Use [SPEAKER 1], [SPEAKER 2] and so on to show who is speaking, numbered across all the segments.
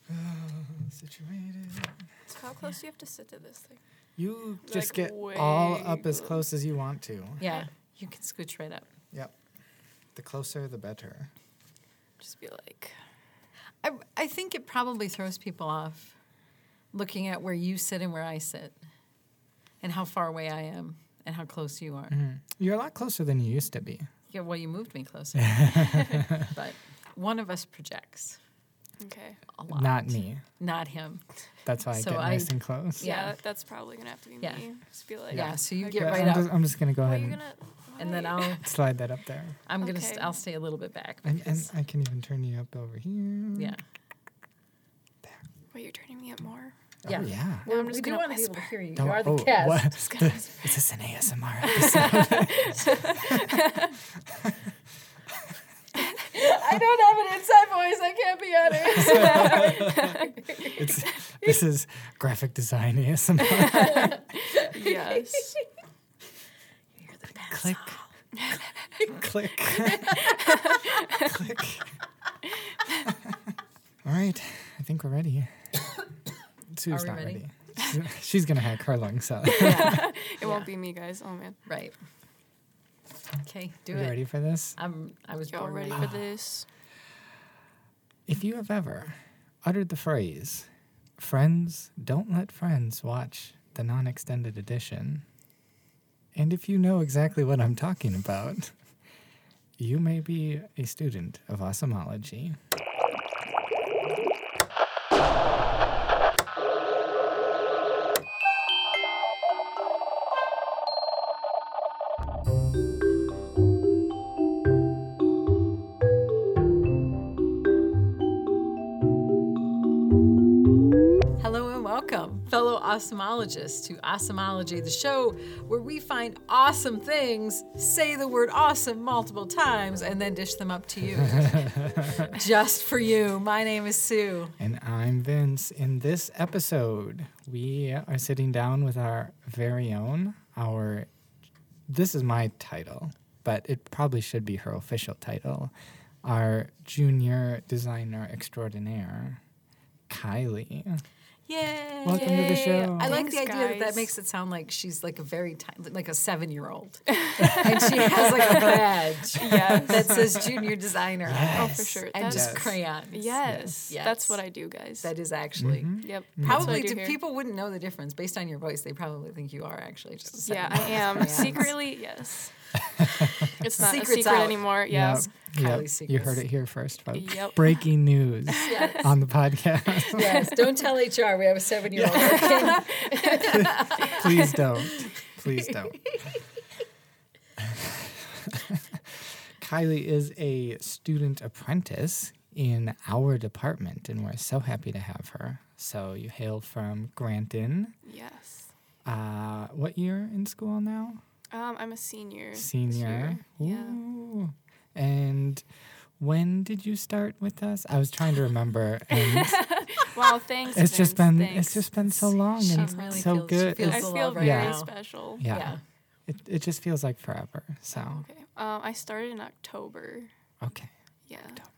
[SPEAKER 1] situated.
[SPEAKER 2] How close do you have to sit to this thing?
[SPEAKER 1] You just
[SPEAKER 2] Like,
[SPEAKER 1] get all
[SPEAKER 2] way
[SPEAKER 1] up as close as you want to.
[SPEAKER 3] Yeah, you can scooch right up.
[SPEAKER 1] Yep. The closer, the better.
[SPEAKER 2] Just be like,
[SPEAKER 3] I, I think it probably throws people off looking at where you sit and where I sit and how far away I am and how close you are.
[SPEAKER 1] Mm-hmm. You're a lot closer than you used to be.
[SPEAKER 3] Yeah, well, you moved me closer. but one of us projects
[SPEAKER 2] okay.
[SPEAKER 3] a lot.
[SPEAKER 1] Not me.
[SPEAKER 3] Not him.
[SPEAKER 1] That's why I
[SPEAKER 3] So
[SPEAKER 1] get
[SPEAKER 3] I-
[SPEAKER 1] nice and close.
[SPEAKER 2] Yeah,
[SPEAKER 3] Yeah.
[SPEAKER 2] that- that's probably gonna have to be
[SPEAKER 3] Yeah.
[SPEAKER 2] me. Just be like,
[SPEAKER 3] Yeah, so you get
[SPEAKER 1] Yeah,
[SPEAKER 3] right
[SPEAKER 1] I'm,
[SPEAKER 3] up
[SPEAKER 1] just, I'm just gonna go
[SPEAKER 2] Why are
[SPEAKER 1] ahead
[SPEAKER 2] you
[SPEAKER 1] and
[SPEAKER 2] gonna?
[SPEAKER 3] and then
[SPEAKER 2] why?"
[SPEAKER 3] I'll
[SPEAKER 1] slide that up there,
[SPEAKER 3] I'm gonna
[SPEAKER 2] Okay.
[SPEAKER 3] st- I'll stay a little bit back.
[SPEAKER 1] and, and
[SPEAKER 3] because-
[SPEAKER 1] I can even turn you up over here.
[SPEAKER 3] yeah.
[SPEAKER 2] Wait, you're turning me up more.
[SPEAKER 1] Oh,
[SPEAKER 3] Yeah.
[SPEAKER 1] yeah.
[SPEAKER 2] Well, I'm just
[SPEAKER 3] we do
[SPEAKER 2] gonna
[SPEAKER 3] wanna be able to
[SPEAKER 2] whisper.
[SPEAKER 3] hear you.
[SPEAKER 1] Don't-
[SPEAKER 3] you are the
[SPEAKER 1] oh,
[SPEAKER 3] cast.
[SPEAKER 1] what?
[SPEAKER 2] Just
[SPEAKER 1] The-
[SPEAKER 2] gonna
[SPEAKER 1] is this an ASMR episode?
[SPEAKER 3] I don't have an inside voice. I can't be honest.
[SPEAKER 1] it's, this is graphic design ASMR.
[SPEAKER 2] yes.
[SPEAKER 3] You're the best.
[SPEAKER 1] Click. Click. Click. All right. I think we're ready.
[SPEAKER 3] Are
[SPEAKER 1] Sue's
[SPEAKER 3] we
[SPEAKER 1] not
[SPEAKER 3] ready?
[SPEAKER 1] ready. Sue- She's going to hack her lungs out.
[SPEAKER 3] Yeah.
[SPEAKER 2] It won't be me, guys. Oh man,
[SPEAKER 3] Right. Okay, do
[SPEAKER 1] Are you
[SPEAKER 3] it.
[SPEAKER 1] ready for this?
[SPEAKER 3] I'm. I was
[SPEAKER 2] y'all
[SPEAKER 3] born
[SPEAKER 2] ready for this?
[SPEAKER 1] If you have ever uttered the phrase, friends, don't let friends watch the non extended edition, and if you know exactly what I'm talking about, you may be a student of osmology.
[SPEAKER 3] Hello and welcome, fellow awesomologists, to Awesomology, the show where we find awesome things, say the word awesome multiple times, and then dish them up to you. Just for you. My name is Sue.
[SPEAKER 1] And I'm Vince. In this episode, we are sitting down with our very own, our, this is my title, but it probably should be her official title, our junior designer extraordinaire, Kylie.
[SPEAKER 3] Yay!
[SPEAKER 1] Welcome to the show.
[SPEAKER 3] I like the
[SPEAKER 2] Thanks,
[SPEAKER 3] idea that that
[SPEAKER 2] guys.
[SPEAKER 3] makes it sound like she's like a very tiny, like a seven-year-old, and she has like a badge
[SPEAKER 2] Yes.
[SPEAKER 3] that says junior designer
[SPEAKER 2] oh, for sure.
[SPEAKER 3] and
[SPEAKER 2] That's-
[SPEAKER 3] just
[SPEAKER 1] Yes.
[SPEAKER 3] crayons.
[SPEAKER 2] Yes. Mm-hmm.
[SPEAKER 3] Yes.
[SPEAKER 2] That's what I do, guys.
[SPEAKER 3] that is actually
[SPEAKER 2] yep.
[SPEAKER 3] probably
[SPEAKER 2] do
[SPEAKER 3] do
[SPEAKER 2] here.
[SPEAKER 3] people wouldn't know the difference based on your voice. They probably think you are actually just a
[SPEAKER 2] Yeah,
[SPEAKER 3] seven-year-old
[SPEAKER 2] I am
[SPEAKER 3] crayons.
[SPEAKER 2] secretly yes. It's not
[SPEAKER 3] Secret's
[SPEAKER 2] a secret
[SPEAKER 3] out.
[SPEAKER 2] anymore. Yes.
[SPEAKER 1] Yep.
[SPEAKER 3] Kylie's
[SPEAKER 1] Yep. You heard
[SPEAKER 3] secrets.
[SPEAKER 1] it here first, folks.
[SPEAKER 2] Yep.
[SPEAKER 1] Breaking news
[SPEAKER 3] Yes.
[SPEAKER 1] on the podcast.
[SPEAKER 3] yes. Don't tell HR we have a seven-year-old. Okay.
[SPEAKER 1] Please don't. Please don't. Kylie is a student apprentice in our department, and we're so happy to have her. So you hail from Granton.
[SPEAKER 2] Yes.
[SPEAKER 1] Uh, what year in school now?
[SPEAKER 2] Um, I'm a senior. this
[SPEAKER 1] Senior.
[SPEAKER 2] year. Yeah.
[SPEAKER 1] Ooh. And when did you start with us? I was trying to remember, and
[SPEAKER 2] Wow. Thanks.
[SPEAKER 1] it's just
[SPEAKER 2] Vince,
[SPEAKER 1] been
[SPEAKER 2] thanks.
[SPEAKER 1] it's just been so long
[SPEAKER 3] She
[SPEAKER 1] and
[SPEAKER 3] really
[SPEAKER 1] so
[SPEAKER 3] feels- she
[SPEAKER 1] good.
[SPEAKER 3] feels
[SPEAKER 2] I
[SPEAKER 1] It's-
[SPEAKER 3] the
[SPEAKER 2] feel
[SPEAKER 3] love right
[SPEAKER 2] very
[SPEAKER 1] now.
[SPEAKER 2] special.
[SPEAKER 1] yeah.
[SPEAKER 3] yeah.
[SPEAKER 1] It it just feels like forever. So
[SPEAKER 2] Okay. Um, I started in October.
[SPEAKER 1] okay.
[SPEAKER 2] Yeah.
[SPEAKER 1] October.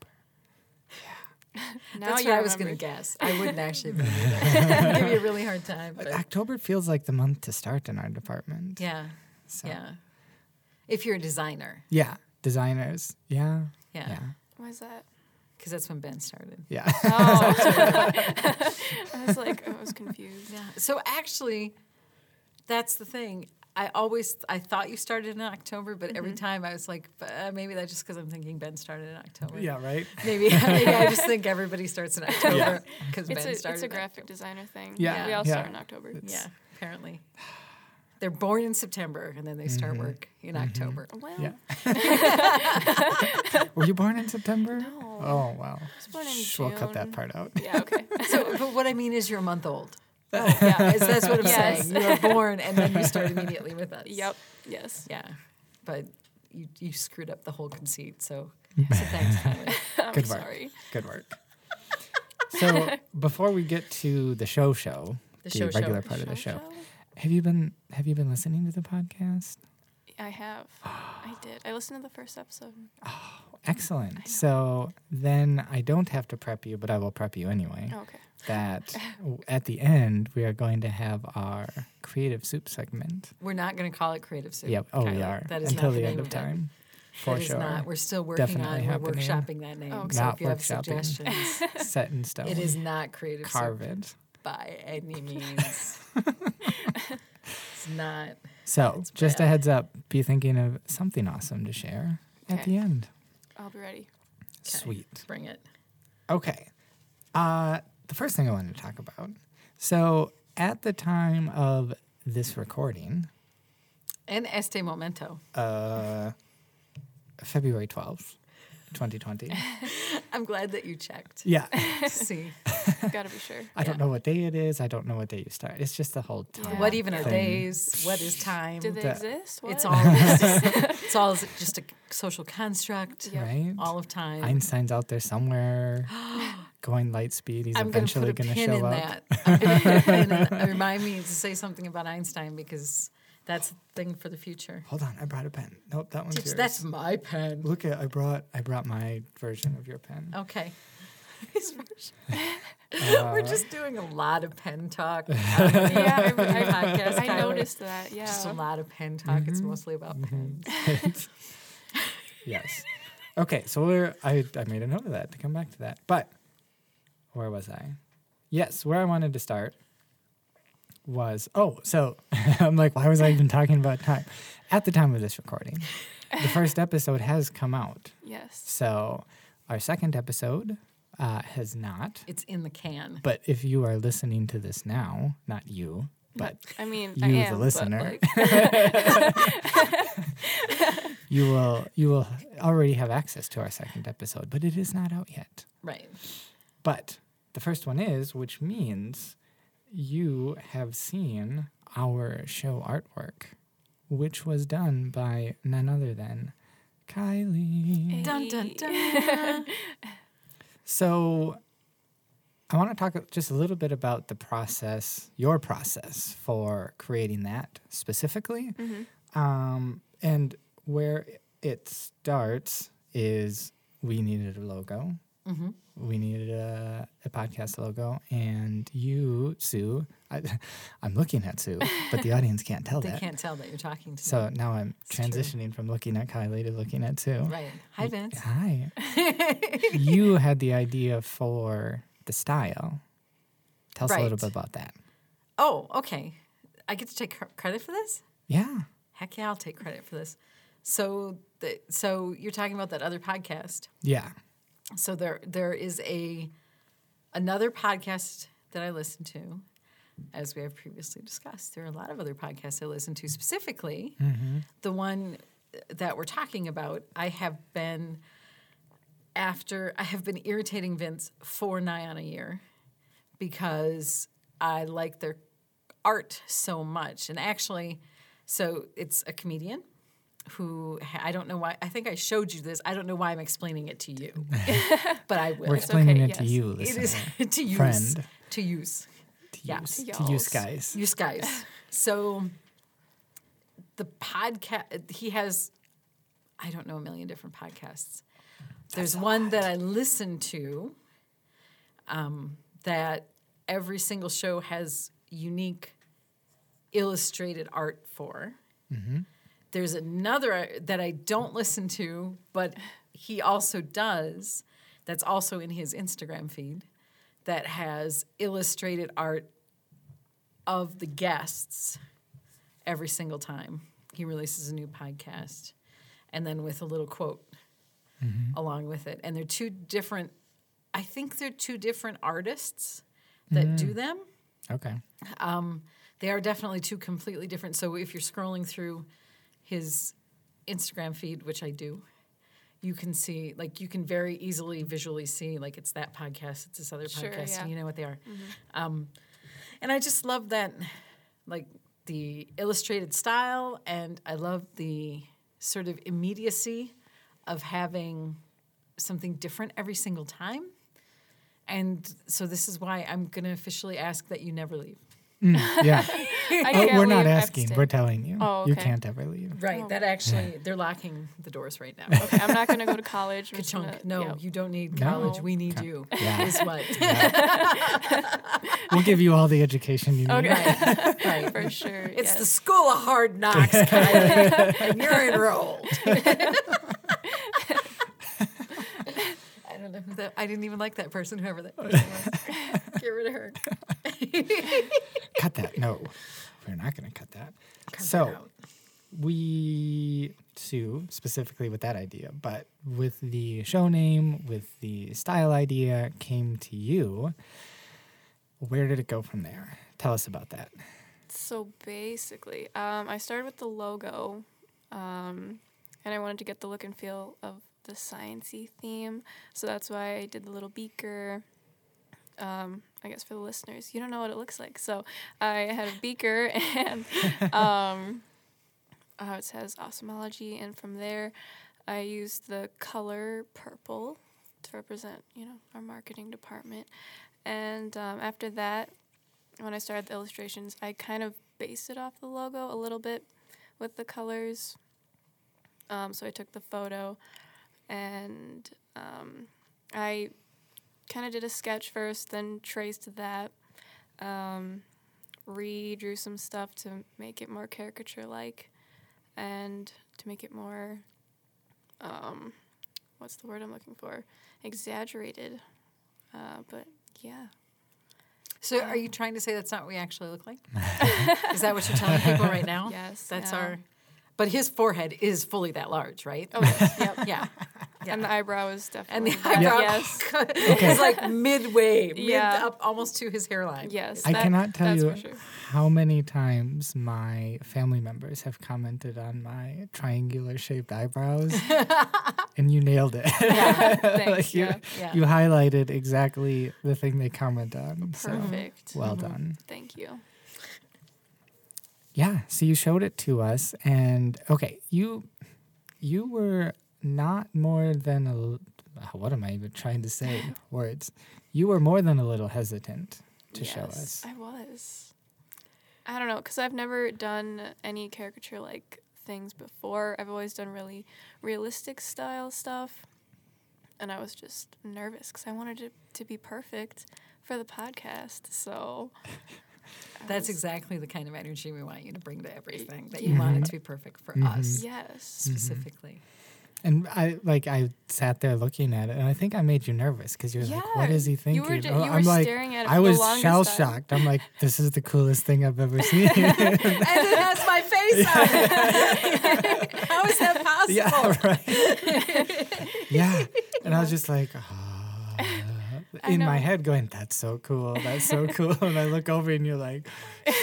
[SPEAKER 2] Now
[SPEAKER 3] That's
[SPEAKER 2] you
[SPEAKER 3] what I was going to
[SPEAKER 2] remember.
[SPEAKER 3] guess. I wouldn't actually believe it. Give you a really hard time.
[SPEAKER 1] But
[SPEAKER 3] but-
[SPEAKER 1] October feels like the month to start in our department.
[SPEAKER 3] yeah.
[SPEAKER 1] So-
[SPEAKER 3] Yeah. If you're a designer.
[SPEAKER 1] Yeah. Designers. Yeah.
[SPEAKER 3] Yeah.
[SPEAKER 2] What is that?
[SPEAKER 3] Because that's when Ben started.
[SPEAKER 1] Yeah. Yeah.
[SPEAKER 2] Oh. I was like, I was confused.
[SPEAKER 3] Yeah. So actually, that's the thing. I always I thought you started in October, but every time I was like, "B- uh, maybe that's just because I'm thinking Ben started in October.
[SPEAKER 1] yeah, right?
[SPEAKER 3] Maybe, maybe I just think everybody starts in October because
[SPEAKER 2] It's
[SPEAKER 3] Ben
[SPEAKER 2] a,
[SPEAKER 3] started.
[SPEAKER 2] it's a
[SPEAKER 3] in
[SPEAKER 2] graphic
[SPEAKER 3] October.
[SPEAKER 2] designer thing.
[SPEAKER 1] Yeah,
[SPEAKER 2] We all
[SPEAKER 1] yeah.
[SPEAKER 2] start in October.
[SPEAKER 3] Yeah, apparently. They're born in September and then they start
[SPEAKER 1] Mm-hmm.
[SPEAKER 3] work in October.
[SPEAKER 2] Well,
[SPEAKER 1] Yeah. Were you born in September?
[SPEAKER 2] No.
[SPEAKER 1] Oh, wow.
[SPEAKER 2] born in
[SPEAKER 1] Shh, We'll cut that
[SPEAKER 2] June.
[SPEAKER 1] part out.
[SPEAKER 2] yeah, okay.
[SPEAKER 3] So, but what I mean is, you're a month old. Oh,
[SPEAKER 2] yeah.
[SPEAKER 3] Is that's what I'm
[SPEAKER 2] Yes.
[SPEAKER 3] saying. You were born and then you start immediately with us.
[SPEAKER 2] Yep. Yes.
[SPEAKER 3] Yeah, but you you screwed up the whole conceit. So, so thanks, Kylie.
[SPEAKER 2] I'm
[SPEAKER 1] Good work.
[SPEAKER 2] sorry.
[SPEAKER 1] Good work. so, before we get to the show show,
[SPEAKER 3] The show show.
[SPEAKER 1] regular part of the show,
[SPEAKER 2] Show show?
[SPEAKER 1] have you been have you been listening to the podcast?
[SPEAKER 2] I have. I did. I listened to the first episode.
[SPEAKER 1] Excellent. So then I don't have to prep you, but I will prep you anyway.
[SPEAKER 2] Okay.
[SPEAKER 1] That w- at the end, we are going to have our creative soup segment.
[SPEAKER 3] We're not going to call it creative soup.
[SPEAKER 1] Yep. Oh, we
[SPEAKER 3] Kyla.
[SPEAKER 1] are.
[SPEAKER 3] That is
[SPEAKER 1] Until
[SPEAKER 3] not the,
[SPEAKER 1] the
[SPEAKER 3] name
[SPEAKER 1] end of
[SPEAKER 3] it.
[SPEAKER 1] time. For
[SPEAKER 3] That is
[SPEAKER 1] sure.
[SPEAKER 3] not. We're still working
[SPEAKER 1] Definitely
[SPEAKER 3] on.
[SPEAKER 1] happening.
[SPEAKER 3] We're workshopping that name.
[SPEAKER 2] Oh,
[SPEAKER 3] so
[SPEAKER 1] Not
[SPEAKER 3] if you have
[SPEAKER 1] workshopping.
[SPEAKER 3] suggestions,
[SPEAKER 1] Set in stone.
[SPEAKER 3] it is not creative
[SPEAKER 1] Carve
[SPEAKER 3] soup
[SPEAKER 1] it.
[SPEAKER 3] by any means. it's not.
[SPEAKER 1] So just a
[SPEAKER 3] bad.
[SPEAKER 1] heads up be thinking of something awesome to share at
[SPEAKER 2] Okay.
[SPEAKER 1] the end.
[SPEAKER 2] I'll be ready.
[SPEAKER 1] Sweet.
[SPEAKER 3] Bring it.
[SPEAKER 1] Okay. Uh, the first thing I wanted to talk about. So, at the time of this recording,
[SPEAKER 3] En este momento.
[SPEAKER 1] uh, February 12th, 2020.
[SPEAKER 3] I'm glad that you checked.
[SPEAKER 1] yeah.
[SPEAKER 3] See,
[SPEAKER 2] Gotta be sure.
[SPEAKER 1] I don't know what day it is. I don't know what day you start. It's just the whole time.
[SPEAKER 2] Yeah.
[SPEAKER 3] what even are
[SPEAKER 1] thing.
[SPEAKER 3] days? What is time?
[SPEAKER 2] Do they
[SPEAKER 1] That-
[SPEAKER 2] exist? What?
[SPEAKER 3] It's all. it's all just a social construct.
[SPEAKER 2] Yeah.
[SPEAKER 1] Right?
[SPEAKER 3] All of time.
[SPEAKER 1] Einstein's out there somewhere going light speed. He's
[SPEAKER 3] I'm going to
[SPEAKER 1] eventually
[SPEAKER 3] put a
[SPEAKER 1] going to
[SPEAKER 3] pin in
[SPEAKER 1] show up.
[SPEAKER 3] that. I'm gonna put a pin in that. Remind me to say something about Einstein because that's a thing for the future.
[SPEAKER 1] Hold on. I brought a pen. Nope, that one's
[SPEAKER 3] It's-
[SPEAKER 1] yours.
[SPEAKER 3] that's my pen.
[SPEAKER 1] Look at I brought I brought my version of your pen. Uh,
[SPEAKER 3] Okay. Uh, We're just doing a lot of pen talk. yeah,
[SPEAKER 2] Yeah, I- I-
[SPEAKER 3] podcast.
[SPEAKER 2] I
[SPEAKER 3] Kylie.
[SPEAKER 2] noticed that. Yeah.
[SPEAKER 3] Just a lot of pen talk. It's mostly about pens.
[SPEAKER 1] yes. Okay, so we're, I, I made a note of that to come back to that. But where was I? Yes, where I wanted to start was oh, so I'm like, why was I even talking about time? At the time of this recording, the first episode has come out.
[SPEAKER 2] Yes.
[SPEAKER 1] So our second episode uh, has not.
[SPEAKER 3] It's in the can.
[SPEAKER 1] But if you are listening to this now, not you, but
[SPEAKER 2] I mean,
[SPEAKER 1] You,
[SPEAKER 2] I
[SPEAKER 1] the
[SPEAKER 2] am, but,
[SPEAKER 1] listener.
[SPEAKER 2] like,
[SPEAKER 1] you will you will already have access to our second episode, but it is not out yet.
[SPEAKER 3] Right.
[SPEAKER 1] But the first one is, which means you have seen our show artwork, which was done by none other than Kylie.
[SPEAKER 3] Dun, dun,
[SPEAKER 2] Hey.
[SPEAKER 3] dun.
[SPEAKER 1] So I want to talk just a little bit about the process, your process for creating that specifically.
[SPEAKER 3] Mm-hmm.
[SPEAKER 1] Um, and where it starts is we needed a logo.
[SPEAKER 3] Mhm.
[SPEAKER 1] We needed a, a podcast logo. And you, Sue, I, I'm looking at Sue, but the audience can't tell
[SPEAKER 3] They
[SPEAKER 1] that.
[SPEAKER 3] can't tell that you're talking to me.
[SPEAKER 1] So now I'm
[SPEAKER 3] true.
[SPEAKER 1] transitioning from looking at Kylie to looking at Sue.
[SPEAKER 3] Right. Hi, Vince.
[SPEAKER 1] Hi. you had the idea for the style. Tell us a little
[SPEAKER 3] Right.
[SPEAKER 1] bit about that.
[SPEAKER 3] Oh, okay. I get to take cr- credit for this?
[SPEAKER 1] Yeah.
[SPEAKER 3] Heck yeah, I'll take credit for this. So, the, so you're talking about that other podcast.
[SPEAKER 1] Yeah.
[SPEAKER 3] So there, there is a another podcast that I listen to, as we have previously discussed. There are a lot of other podcasts I listen to. Specifically, the one that we're talking about, I have been after I have been irritating Vince for nigh on a year because I like their art so much. And actually, so it's a comedian who ha- I don't know why. I think I showed you this. I don't know why I'm explaining it to you, but I will.
[SPEAKER 1] We're explaining
[SPEAKER 2] okay,
[SPEAKER 1] it to
[SPEAKER 2] yes.
[SPEAKER 1] you,
[SPEAKER 3] It
[SPEAKER 1] listener.
[SPEAKER 3] is to use
[SPEAKER 1] Friend.
[SPEAKER 3] to use
[SPEAKER 1] to
[SPEAKER 3] yeah.
[SPEAKER 1] use, to
[SPEAKER 2] Y'alls.
[SPEAKER 1] use guys.
[SPEAKER 3] use guys. So the podcast he has, I don't know a million different podcasts. There's one that I listen to um, that every single show has unique illustrated art for. There's another uh, that I don't listen to, but he also does, that's also in his Instagram feed, that has illustrated art of the guests every single time. He releases a new podcast and then with a little quote along with it. And they're two different, I think they're two different artists that do them
[SPEAKER 1] Okay.
[SPEAKER 3] um, they are definitely two completely different. So if you're scrolling through his Instagram feed, which I do, you can see like you can very easily visually see like it's that podcast, it's this other
[SPEAKER 2] Sure,
[SPEAKER 3] podcast,
[SPEAKER 2] yeah. Mm-hmm.
[SPEAKER 3] and you know what they are. Um, and I just love that, like the illustrated style, and I love the sort of immediacy of having something different every single time. And so this is why I'm going to officially ask that you never leave.
[SPEAKER 1] Yeah.
[SPEAKER 2] I
[SPEAKER 1] Oh,
[SPEAKER 2] can't
[SPEAKER 1] we're not
[SPEAKER 2] leave
[SPEAKER 1] asking.
[SPEAKER 2] Epstein.
[SPEAKER 1] We're telling you.
[SPEAKER 2] Oh,
[SPEAKER 1] You
[SPEAKER 2] okay.
[SPEAKER 1] can't ever leave.
[SPEAKER 3] Right. That actually, they're locking the doors right now.
[SPEAKER 2] Okay, I'm not going to go to college. I'm just gonna-
[SPEAKER 3] Chunk. No,
[SPEAKER 2] yep.
[SPEAKER 3] you don't need
[SPEAKER 1] No.
[SPEAKER 3] college. We need you.
[SPEAKER 1] Yeah.
[SPEAKER 3] Is what.
[SPEAKER 1] We'll give you all the education you need.
[SPEAKER 2] Okay.
[SPEAKER 3] Right. Right.
[SPEAKER 2] For sure.
[SPEAKER 3] It's
[SPEAKER 2] yes.
[SPEAKER 3] the school of hard knocks, Kylie, and you're enrolled. I don't know who that. I didn't even like that person. Whoever that person was, get rid of her.
[SPEAKER 1] Cut that. No, we're not going to cut that.
[SPEAKER 3] that
[SPEAKER 1] so
[SPEAKER 3] out.
[SPEAKER 1] we sue specifically with that idea, but with the show name, with the style idea, came to you. Where did it go from there? Tell us about that.
[SPEAKER 2] So basically, um, I started with the logo, um, and I wanted to get the look and feel of the sciency theme. So that's why I did the little beaker. Um, I guess for the listeners, you don't know what it looks like. So I had a beaker, and um, uh, it says osmology, and from there, I used the color purple to represent, you know, our marketing department. And um, after that, when I started the illustrations, I kind of based it off the logo a little bit with the colors. Um, so I took the photo and um, I kind of did a sketch first, then traced that, um, redrew some stuff to make it more caricature like and to make it more, um, what's the word I'm looking for? Exaggerated. Uh, but yeah.
[SPEAKER 3] So, are you trying to say that's not what we actually look like? Is that what you're telling people right now?
[SPEAKER 2] Yes,
[SPEAKER 3] That's
[SPEAKER 2] yeah.
[SPEAKER 3] our. But his forehead is fully that large, right?
[SPEAKER 2] Oh, yes, yep.
[SPEAKER 3] Yeah.
[SPEAKER 2] And the eyebrow is
[SPEAKER 3] And
[SPEAKER 2] definitely.
[SPEAKER 3] the
[SPEAKER 2] that,
[SPEAKER 3] eyebrow
[SPEAKER 2] Yes.
[SPEAKER 3] is like midway, mid
[SPEAKER 2] Yeah.
[SPEAKER 3] up almost to his hairline.
[SPEAKER 2] Yes.
[SPEAKER 1] I
[SPEAKER 2] that-
[SPEAKER 1] cannot tell
[SPEAKER 2] that's
[SPEAKER 1] you
[SPEAKER 2] for sure.
[SPEAKER 1] how many times my family members have commented on my triangular shaped eyebrows, and you nailed it.
[SPEAKER 2] Thanks.
[SPEAKER 1] you,
[SPEAKER 2] yeah.
[SPEAKER 3] yeah.
[SPEAKER 1] you highlighted exactly the thing they comment on. So
[SPEAKER 2] Perfect.
[SPEAKER 1] well done.
[SPEAKER 2] Thank you.
[SPEAKER 1] Yeah. So you showed it to us, and okay, you you were not more than a. l- uh, What am I even trying to say? Words. You were more than a little hesitant to show us.
[SPEAKER 2] Yes, I was. I don't know, because I've never done any caricature like things before. I've always done really realistic style stuff. And I was just nervous because I wanted it to be perfect for the podcast. So I
[SPEAKER 3] That's
[SPEAKER 2] was-
[SPEAKER 3] exactly the kind of energy we want you to bring to everything, that you want it to be perfect for
[SPEAKER 1] Mm-hmm.
[SPEAKER 3] us
[SPEAKER 2] Mm-hmm. Yes.
[SPEAKER 3] specifically.
[SPEAKER 1] And I like I sat there looking at it, and I think I made you nervous because you're like, "What
[SPEAKER 2] Yeah,
[SPEAKER 1] is he
[SPEAKER 2] you
[SPEAKER 1] thinking?"
[SPEAKER 2] were ju-
[SPEAKER 1] Oh,
[SPEAKER 2] you
[SPEAKER 1] I'm
[SPEAKER 2] were
[SPEAKER 1] like,
[SPEAKER 2] staring at it
[SPEAKER 1] I
[SPEAKER 2] for the
[SPEAKER 1] was
[SPEAKER 2] longest
[SPEAKER 1] shell
[SPEAKER 2] time.
[SPEAKER 1] shocked. I'm like, "This is the coolest thing I've ever seen."
[SPEAKER 3] and it has my face on it. How is that possible?
[SPEAKER 1] Yeah, right. yeah. And I was just like, ah,
[SPEAKER 2] I
[SPEAKER 1] in my
[SPEAKER 2] know.
[SPEAKER 1] head, going, that's so cool. That's so cool. And I look over and you're like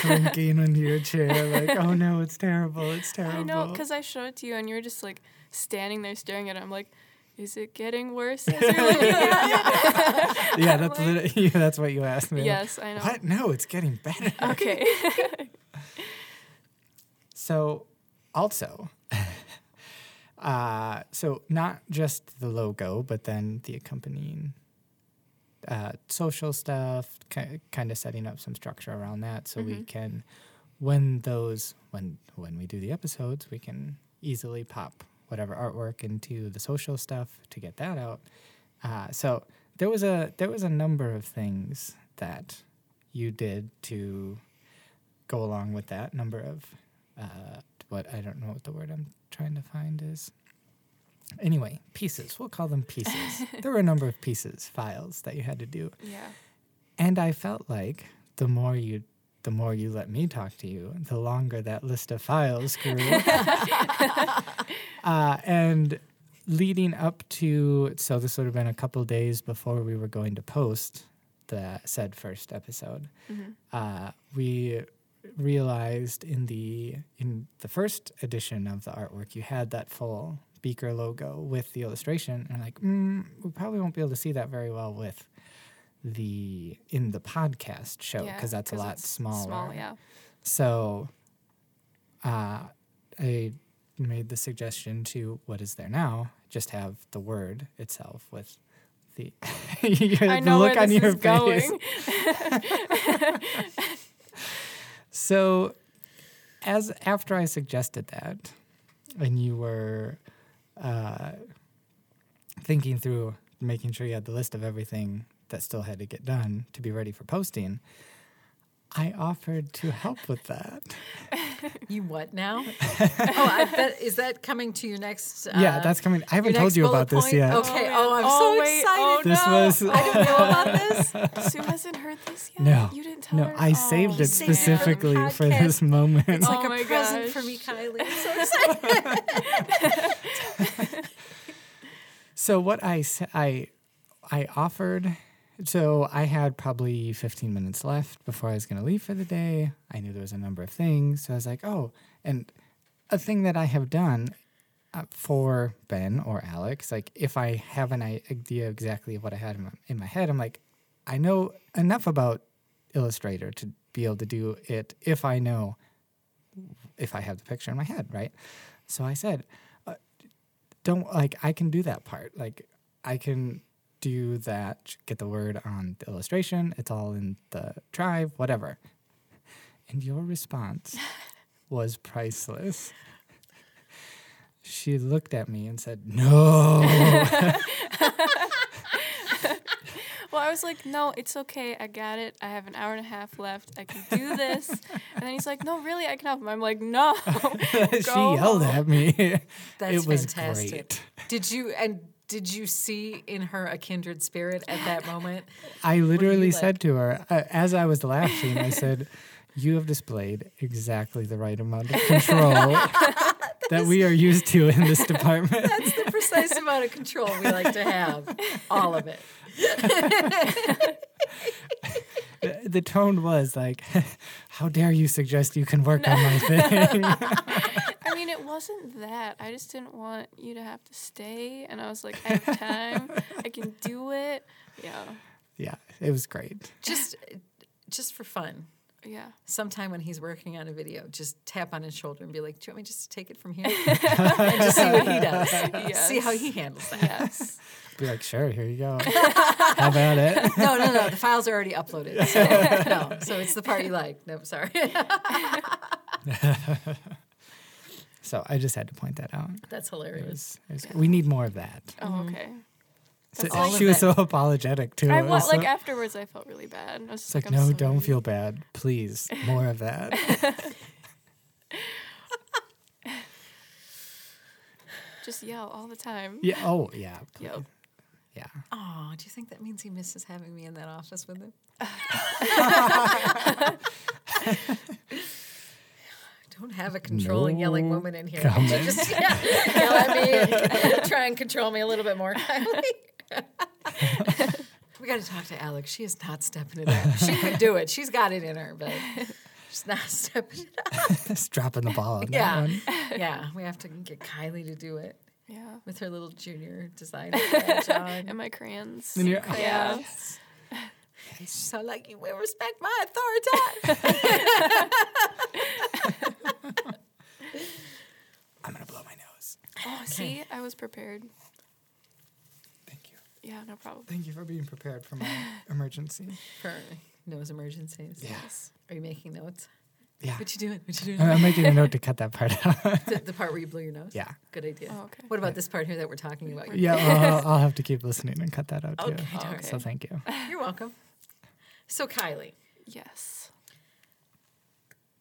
[SPEAKER 1] shrinking into your chair, like, oh no, it's terrible. It's terrible.
[SPEAKER 2] I know, because I showed it to you and you were just like standing there staring at it. I'm like, is it getting worse as you're looking at it?
[SPEAKER 1] yeah, that's, lit- yeah, that's what you asked me.
[SPEAKER 2] Yes, I know.
[SPEAKER 1] What? No, it's getting better.
[SPEAKER 2] Okay.
[SPEAKER 1] So, also, uh, so not just the logo, but then the accompanying uh, social stuff, ki- kind of setting up some structure around that, so we can, when those, when when we do the episodes, we can easily pop whatever artwork into the social stuff to get that out. Uh, so there was a there was a number of things that you did to go along with that number of uh, what I don't know what the word I'm trying to find is. Anyway, pieces. We'll call them pieces. there were a number of pieces, files that you had to do,
[SPEAKER 2] yeah.
[SPEAKER 1] and I felt like the more you, the more you let me talk to you, the longer that list of files grew. uh, and leading up to, so this would have been a couple days before we were going to post the said first episode
[SPEAKER 2] Mm-hmm.
[SPEAKER 1] uh, we realized in the in the first edition of the artwork you had that full beaker logo with the illustration and like mm, we probably won't be able to see that very well with the in the podcast show
[SPEAKER 2] Yeah,
[SPEAKER 1] because that's a lot
[SPEAKER 2] it's
[SPEAKER 1] smaller
[SPEAKER 2] Small, yeah.
[SPEAKER 1] so uh, I made the suggestion to what is there now, just have the word itself with the,
[SPEAKER 2] I
[SPEAKER 1] the
[SPEAKER 2] know
[SPEAKER 1] look
[SPEAKER 2] where
[SPEAKER 1] on
[SPEAKER 2] this
[SPEAKER 1] your
[SPEAKER 2] is
[SPEAKER 1] face.
[SPEAKER 2] going.
[SPEAKER 1] So, as after I suggested that, and you were uh, thinking through making sure you had the list of everything that still had to get done to be ready for posting, I offered to help with that.
[SPEAKER 3] You what now? oh, I bet, is that coming to your next? Uh,
[SPEAKER 1] yeah, that's coming. I haven't
[SPEAKER 3] your
[SPEAKER 1] told
[SPEAKER 3] next
[SPEAKER 1] you
[SPEAKER 3] bullet
[SPEAKER 1] about this
[SPEAKER 3] point?
[SPEAKER 1] yet.
[SPEAKER 3] Okay.
[SPEAKER 2] man.
[SPEAKER 3] Oh, I'm
[SPEAKER 2] Oh,
[SPEAKER 3] so
[SPEAKER 2] wait.
[SPEAKER 3] excited.
[SPEAKER 1] This
[SPEAKER 2] no.
[SPEAKER 1] was
[SPEAKER 3] I don't know about this.
[SPEAKER 2] Sue hasn't heard this yet.
[SPEAKER 1] no,
[SPEAKER 2] you didn't tell
[SPEAKER 1] no.
[SPEAKER 2] her.
[SPEAKER 1] I
[SPEAKER 2] Oh,
[SPEAKER 1] saved it
[SPEAKER 3] saved it for the
[SPEAKER 1] specifically for
[SPEAKER 3] podcast.
[SPEAKER 1] this moment.
[SPEAKER 3] It's
[SPEAKER 2] Oh
[SPEAKER 3] like
[SPEAKER 2] my
[SPEAKER 3] a present
[SPEAKER 2] gosh.
[SPEAKER 3] for me, Kylie. I'm so excited.
[SPEAKER 1] So what I s- I I offered. So I had probably 15 minutes left before I was going to leave for the day. I knew there was a number of things, so I was like, "Oh, and a thing that I have done uh, for Ben or Alex, like if I have an i- idea exactly of what I had in my, in my head, I'm like, I know enough about Illustrator to be able to do it if I know if I have the picture in my head, right? So I said, don't like I can do that part. Like I can do that, get the word on the illustration. It's all in the tribe, whatever. And your response was priceless. She looked at me and said, No.
[SPEAKER 2] Well, I was like, no, it's okay. I got it. I have an hour and a half left. I can do this. and then he's like, no, really, I can help him. I'm like, no.
[SPEAKER 1] she
[SPEAKER 2] Go
[SPEAKER 1] yelled at me.
[SPEAKER 3] That's
[SPEAKER 1] it was
[SPEAKER 3] fantastic.
[SPEAKER 1] great.
[SPEAKER 3] Did you and did you see in her a kindred spirit at that moment?
[SPEAKER 1] I literally
[SPEAKER 3] like?
[SPEAKER 1] said to her, uh, as I was laughing, I said, You have displayed exactly the right amount of control that we are used to in this department.
[SPEAKER 3] That's the precise amount of control we like to have. All of it.
[SPEAKER 1] the the tone was like, "How dare you suggest you can work on my thing?"
[SPEAKER 2] I mean, it wasn't that. I just didn't want you to have to stay. And I was like, I have time. I can do it. Yeah.
[SPEAKER 1] yeah, it was great.
[SPEAKER 3] Just just for fun.
[SPEAKER 2] Yeah.
[SPEAKER 3] Sometime when he's working on a video, just tap on his shoulder and be like, "Do you want me just to take it from here?" and just see what he does. See how he handles that.
[SPEAKER 2] Yes.
[SPEAKER 1] Be like, "Sure, here you go. How about it?"
[SPEAKER 3] No, no, no. The files are already uploaded. So, no, so it's the part you like. Nope, sorry.
[SPEAKER 1] So I just had to point that out.
[SPEAKER 3] That's
[SPEAKER 1] It
[SPEAKER 3] hilarious.
[SPEAKER 1] was, it was- We need more of that.
[SPEAKER 2] Oh, okay.
[SPEAKER 1] So-
[SPEAKER 2] That's all
[SPEAKER 1] she
[SPEAKER 3] of
[SPEAKER 1] was so
[SPEAKER 3] it.
[SPEAKER 1] apologetic to
[SPEAKER 2] I
[SPEAKER 1] it.
[SPEAKER 2] was
[SPEAKER 1] so-
[SPEAKER 2] like afterwards, I felt really bad. I was
[SPEAKER 1] it's
[SPEAKER 2] just
[SPEAKER 1] like,
[SPEAKER 2] like,
[SPEAKER 1] no,
[SPEAKER 2] I'm
[SPEAKER 1] don't
[SPEAKER 2] sorry."
[SPEAKER 1] feel bad, please. More of that.
[SPEAKER 2] Just yell all the time.
[SPEAKER 1] yeah. Oh, yeah. pl-
[SPEAKER 2] Yep.
[SPEAKER 1] Yeah.
[SPEAKER 3] Oh, do you think that means he misses having me in that office with him? I don't have a controlling yelling
[SPEAKER 1] No
[SPEAKER 3] woman in here. Could you
[SPEAKER 1] comment.
[SPEAKER 3] Just yeah, yell at me and try and control me a little bit more, Kylie. we got to talk to Alex. She is not stepping it up. She could do it. She's got it in her, but she's not stepping it up.
[SPEAKER 1] Just dropping the ball on that
[SPEAKER 3] Yeah,
[SPEAKER 1] one.
[SPEAKER 3] yeah. We have to get Kylie to do it
[SPEAKER 2] Yeah.
[SPEAKER 3] with her little junior design badge on.
[SPEAKER 2] And my crayons.
[SPEAKER 1] And you're-
[SPEAKER 2] Yeah.
[SPEAKER 3] So like you will respect my authority.
[SPEAKER 1] I'm gonna blow my nose.
[SPEAKER 2] Oh, see, I was prepared.
[SPEAKER 1] Thank you.
[SPEAKER 2] Yeah, no problem.
[SPEAKER 1] Thank you for being prepared for my emergency.
[SPEAKER 3] For nose emergencies.
[SPEAKER 1] Yes.
[SPEAKER 3] Are you making notes?
[SPEAKER 1] Yeah.
[SPEAKER 3] What you doing? What you doing?
[SPEAKER 1] Uh, I'm making a note to cut that part out.
[SPEAKER 3] the, the part where you blew your nose?
[SPEAKER 1] Yeah.
[SPEAKER 3] Good idea.
[SPEAKER 2] Oh, okay.
[SPEAKER 3] What about this part here that we're talking about?
[SPEAKER 1] Yeah, well, I'll, I'll have to keep listening and cut that out too.
[SPEAKER 3] Okay,
[SPEAKER 2] darn it.
[SPEAKER 1] So thank you.
[SPEAKER 3] You're welcome. So Kylie,
[SPEAKER 2] Yes.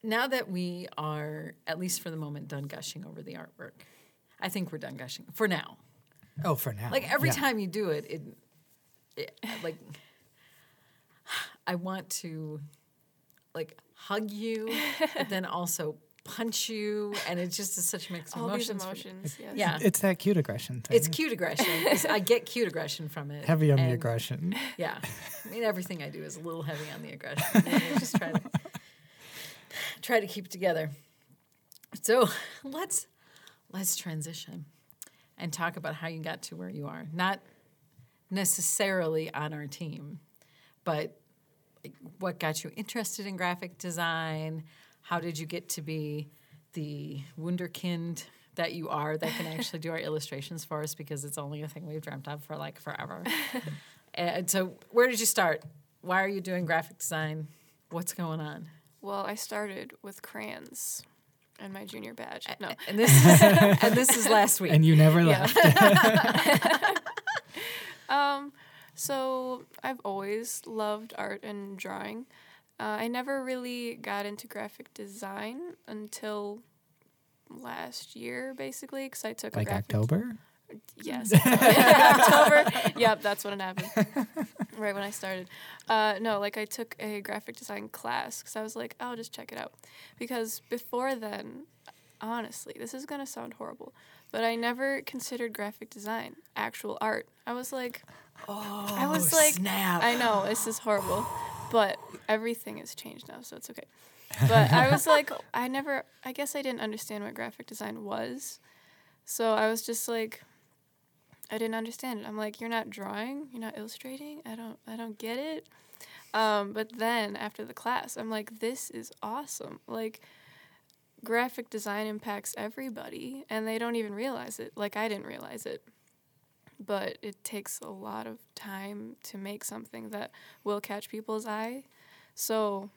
[SPEAKER 3] now that we are, at least for the moment, done gushing over the artwork, I think we're done gushing for now.
[SPEAKER 1] Oh, for now.
[SPEAKER 3] Like every
[SPEAKER 1] Yeah.
[SPEAKER 3] time you do it, it, it like I want to like hug you, but then also punch you, and it just is such mixed
[SPEAKER 2] All these
[SPEAKER 3] emotions. for me.
[SPEAKER 2] emotions. Yes.
[SPEAKER 3] Yeah,
[SPEAKER 1] It's that cute aggression thing.
[SPEAKER 3] it's cute aggression. It's- I get cute aggression from it.
[SPEAKER 1] heavy on the
[SPEAKER 3] and-
[SPEAKER 1] aggression.
[SPEAKER 3] Yeah, I mean everything I do is a little heavy on the aggression. I just try to try to keep it together. So let's let's transition and talk about how you got to where you are. Not necessarily on our team, but like, what got you interested in graphic design? How did you get to be the wunderkind that you are that can actually do our illustrations for us because it's only a thing we've dreamt of for like forever. and so where did you start? Why are you doing graphic design? What's going on?
[SPEAKER 2] Well, I started with crayons and my junior badge. No.
[SPEAKER 3] And this is, and this is last week.
[SPEAKER 1] And you never left.
[SPEAKER 2] Um, so I've always loved art and drawing. Uh, I never really got into graphic design until last year, basically, because I took a
[SPEAKER 1] Like
[SPEAKER 2] graphic
[SPEAKER 1] October?
[SPEAKER 2] Yes. October. Yep, that's when it happened. Right when I started. Uh, no, like I took a graphic design class because I was like, "Oh, I'll just check it out. Because before then, honestly, this is going to sound horrible, but I never considered graphic design actual art. I was like,
[SPEAKER 3] Oh,
[SPEAKER 2] I was like,
[SPEAKER 3] snap.
[SPEAKER 2] I know this is horrible, but everything has changed now, so it's okay. But I was like, I never, I guess I didn't understand what graphic design was, so I was just like, I didn't understand it. I'm like, you're not drawing, you're not illustrating. I don't, I don't get it. Um, but then after the class, I'm like, this is awesome. Like, graphic design impacts everybody, and they don't even realize it. Like I didn't realize it but it takes a lot of time to make something that will catch people's eye. So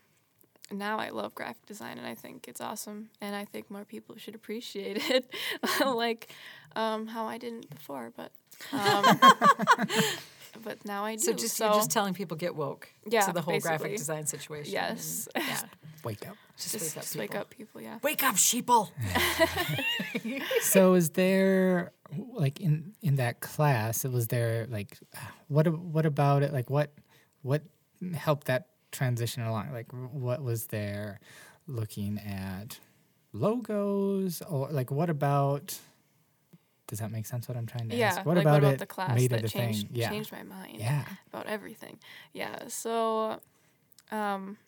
[SPEAKER 2] now I love graphic design and I think it's awesome and I think more people should appreciate it like um, how I didn't before, but um, but now I do.
[SPEAKER 3] so just you're just telling people get woke
[SPEAKER 2] Yeah,
[SPEAKER 3] to the whole graphic
[SPEAKER 2] basically.
[SPEAKER 3] design situation.
[SPEAKER 2] Yes.
[SPEAKER 3] and- yeah.
[SPEAKER 1] Wake up.
[SPEAKER 3] Just,
[SPEAKER 2] just
[SPEAKER 3] wake up.
[SPEAKER 2] just
[SPEAKER 3] people.
[SPEAKER 2] wake up people, yeah.
[SPEAKER 3] Wake up, sheeple.
[SPEAKER 1] So is there like in in that class? It was there like what a- what about it? Like what what helped that transition along? Like what was there looking at logos or like what about? Does that make sense? What I'm trying to
[SPEAKER 2] Yeah,
[SPEAKER 1] ask. What
[SPEAKER 2] like
[SPEAKER 1] about
[SPEAKER 2] what about
[SPEAKER 1] it
[SPEAKER 2] the class
[SPEAKER 1] made it
[SPEAKER 2] that
[SPEAKER 1] a
[SPEAKER 2] changed
[SPEAKER 1] thing? Yeah,
[SPEAKER 2] changed my mind.
[SPEAKER 1] yeah.
[SPEAKER 2] about everything. Yeah. So, um,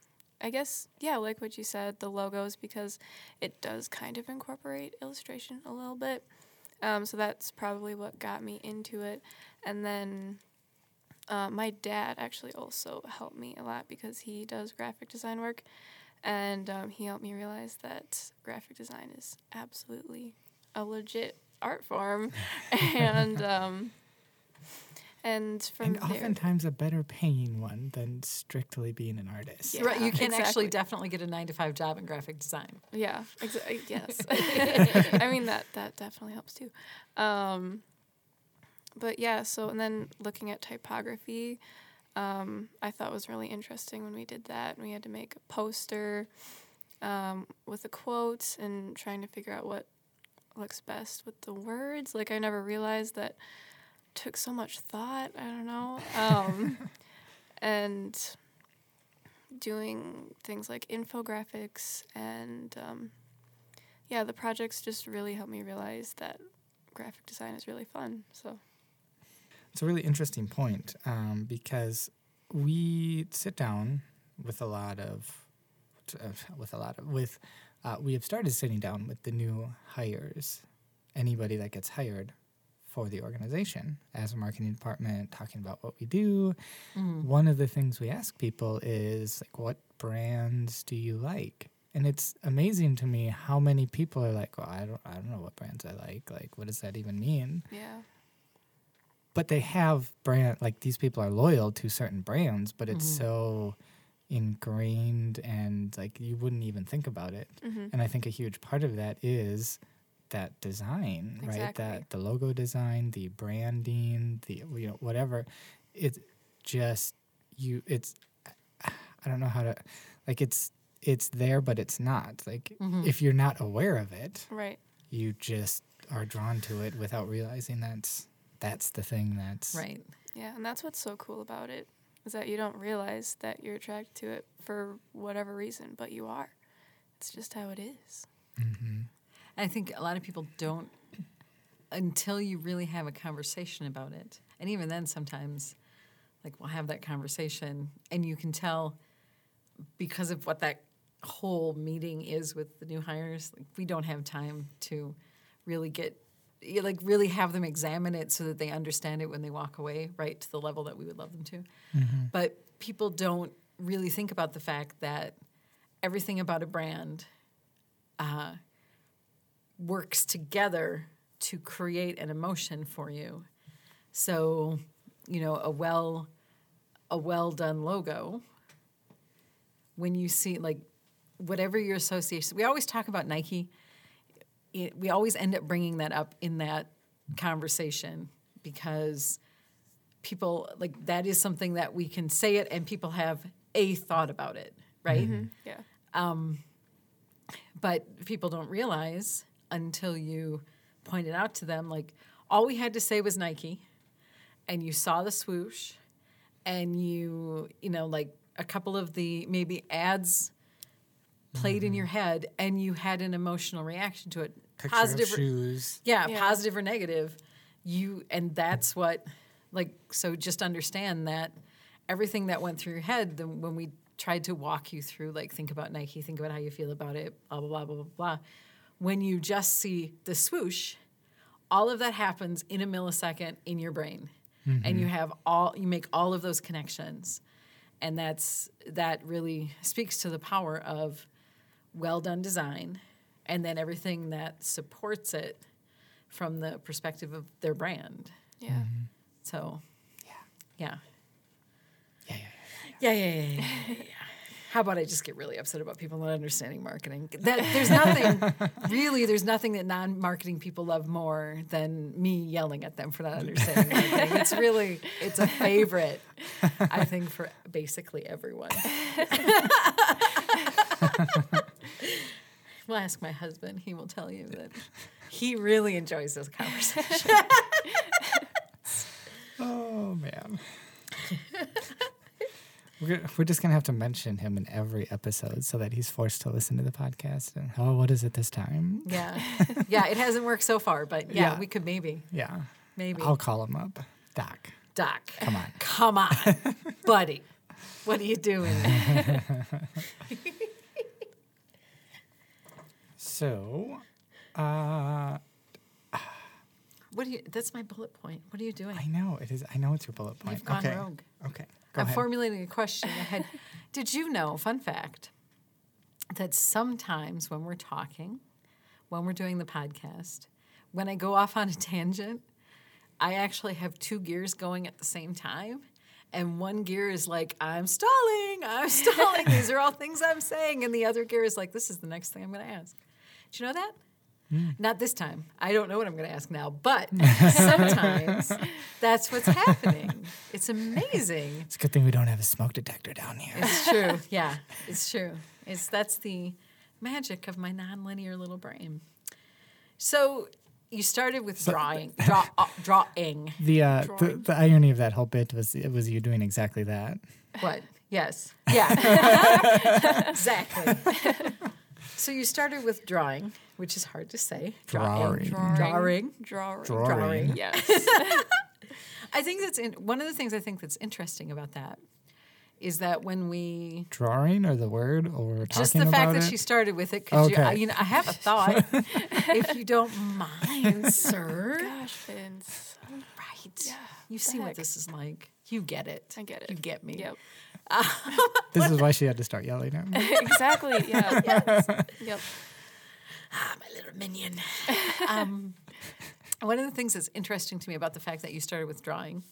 [SPEAKER 2] I guess yeah, like what you said, the logos because it does kind of incorporate illustration a little bit. Um, so that's probably what got me into it, and then. Uh, my dad actually also helped me a lot because he does graphic design work, and um, he helped me realize that graphic design is absolutely a legit art form, and um, and from
[SPEAKER 1] And
[SPEAKER 2] there,
[SPEAKER 1] oftentimes a better paying one than strictly being an artist.
[SPEAKER 2] Yeah,
[SPEAKER 3] right, you can actually
[SPEAKER 2] exactly.
[SPEAKER 3] definitely get a nine to five job in graphic design.
[SPEAKER 2] Yeah, exactly. Yes. I mean that that definitely helps too. Um, but yeah, so and then looking at typography, um, I thought was really interesting when we did that. We had to make a poster um, with a quote and trying to figure out what looks best with the words. Like I never realized that took so much thought. I don't know. Um, and doing things like infographics and um, yeah, the projects just really helped me realize that graphic design is really fun. So
[SPEAKER 1] It's a really interesting point um, because we sit down with a lot of, uh, with a lot of, with, uh, we have started sitting down with the new hires, anybody that gets hired for the organization as a marketing department, talking about what we do. One of the things we ask people is, like, what brands do you like? And it's amazing to me how many people are like, well, I don't, I don't know what brands I like. Like, what does that even mean?
[SPEAKER 2] yeah,
[SPEAKER 1] but they have brand like these people are loyal to certain brands but it's so ingrained and like you wouldn't even think about it
[SPEAKER 2] Mhm.
[SPEAKER 1] and i think a huge part of that is that design right
[SPEAKER 2] Exactly.
[SPEAKER 1] that the logo design the branding the you know whatever it's just you it's i don't know how to like it's it's there but it's not like if you're not aware of it
[SPEAKER 2] right,
[SPEAKER 1] you just are drawn to it without realizing that's that's the thing that's
[SPEAKER 3] Right.
[SPEAKER 2] yeah, and that's what's so cool about it is that you don't realize that you're attracted to it for whatever reason, but you are. It's just how it is.
[SPEAKER 3] I think a lot of people don't until you really have a conversation about it. And even then, sometimes, like, we'll have that conversation, and you can tell because of what that whole meeting is with the new hires, like, we don't have time to really get. You like really have them examine it so that they understand it when they walk away, right to the level that we would love them to. But people don't really think about the fact that everything about a brand works together to create an emotion for you. So, you know, a well a well done logo when you see like whatever your association. We always talk about Nike. It, we always end up bringing that up in that conversation because people like that is something that we can say it and people have a thought about it, right?
[SPEAKER 2] Yeah.
[SPEAKER 3] But people don't realize until you point it out to them like all we had to say was Nike and you saw the swoosh and you you know like a couple of the maybe ads played in your head and you had an emotional reaction to it
[SPEAKER 1] Mm-hmm. Picture of shoes.
[SPEAKER 3] yeah,
[SPEAKER 2] Yeah.
[SPEAKER 3] positive or negative you and that's what like so just understand that everything that went through your head then when we tried to walk you through like think about nike think about how you feel about it blah blah blah blah blah blah when you just see the swoosh all of that happens in a millisecond in your brain and you have all you make all of those connections and that's that really speaks to the power of well done design and then everything that supports it from the perspective of their brand
[SPEAKER 2] Yeah.
[SPEAKER 3] so yeah
[SPEAKER 1] Yeah, yeah, yeah.
[SPEAKER 3] yeah yeah yeah yeah, yeah, yeah, yeah. how about i just get really upset about people not understanding marketing that there's nothing really there's nothing that non-marketing people love more than me yelling at them for not understanding marketing. it's really it's a favorite i think for basically everyone We'll ask my husband. He will tell you that he really enjoys this conversation.
[SPEAKER 1] Oh man. we're, we're just gonna have to mention him in every episode so that he's forced to listen to the podcast. And oh, what is it this time?
[SPEAKER 3] Yeah. Yeah, it hasn't worked so far, but yeah,
[SPEAKER 1] Yeah.
[SPEAKER 3] we could maybe.
[SPEAKER 1] Yeah,
[SPEAKER 3] Maybe.
[SPEAKER 1] I'll call him up, Doc.
[SPEAKER 3] Doc.
[SPEAKER 1] Come on.
[SPEAKER 3] Come on, buddy. What are you doing?
[SPEAKER 1] So, uh,
[SPEAKER 3] What do you that's my bullet point. What are you doing?
[SPEAKER 1] I know it is. I know it's your bullet point.
[SPEAKER 3] You've gone
[SPEAKER 1] okay.
[SPEAKER 3] rogue.
[SPEAKER 1] Okay. Go
[SPEAKER 3] I'm
[SPEAKER 1] ahead.
[SPEAKER 3] formulating a question ahead. Did you know, fun fact, that sometimes when we're talking, when we're doing the podcast, when I go off on a tangent, I actually have two gears going at the same time. And one gear is like, I'm stalling, I'm stalling. These are all things I'm saying. And the other gear is like, this is the next thing I'm going to ask. Do you know that?
[SPEAKER 1] Hmm.
[SPEAKER 3] Not this time. I don't know what I'm going to ask now, but sometimes that's what's happening. It's amazing.
[SPEAKER 1] it's a good thing we don't have a smoke detector down here.
[SPEAKER 3] It's true. Yeah, it's true. It's that's the magic of my nonlinear little brain. So you started with drawing, draw, uh, drawing.
[SPEAKER 1] The, uh, the the irony of that whole bit was it was you doing exactly that.
[SPEAKER 3] What? Yes. Yeah. exactly. So you started with drawing, which is hard to say.
[SPEAKER 1] Drawing.
[SPEAKER 3] Drawing.
[SPEAKER 2] Drawing.
[SPEAKER 1] Drawing.
[SPEAKER 3] Drawing.
[SPEAKER 2] Yes.
[SPEAKER 3] I think that's in, one of the things I think that's interesting about that is that when we
[SPEAKER 1] Drawing or the word or talking
[SPEAKER 3] just the
[SPEAKER 1] about
[SPEAKER 3] fact that
[SPEAKER 1] it?
[SPEAKER 3] she started with it. Could you, I,
[SPEAKER 1] Okay.
[SPEAKER 3] you know, I have a thought, if you don't mind, sir.
[SPEAKER 2] Gosh, Vince.
[SPEAKER 3] Right.
[SPEAKER 2] Yeah,
[SPEAKER 3] you
[SPEAKER 2] the
[SPEAKER 3] see what
[SPEAKER 2] heck.
[SPEAKER 3] this is like. You get it.
[SPEAKER 2] I get it.
[SPEAKER 3] You get me.
[SPEAKER 2] Yep.
[SPEAKER 1] this is why she had to start yelling at me.
[SPEAKER 2] exactly. Yeah. Yep.
[SPEAKER 3] Ah, my little minion. um, one of the things that's interesting to me about the fact that you started with drawing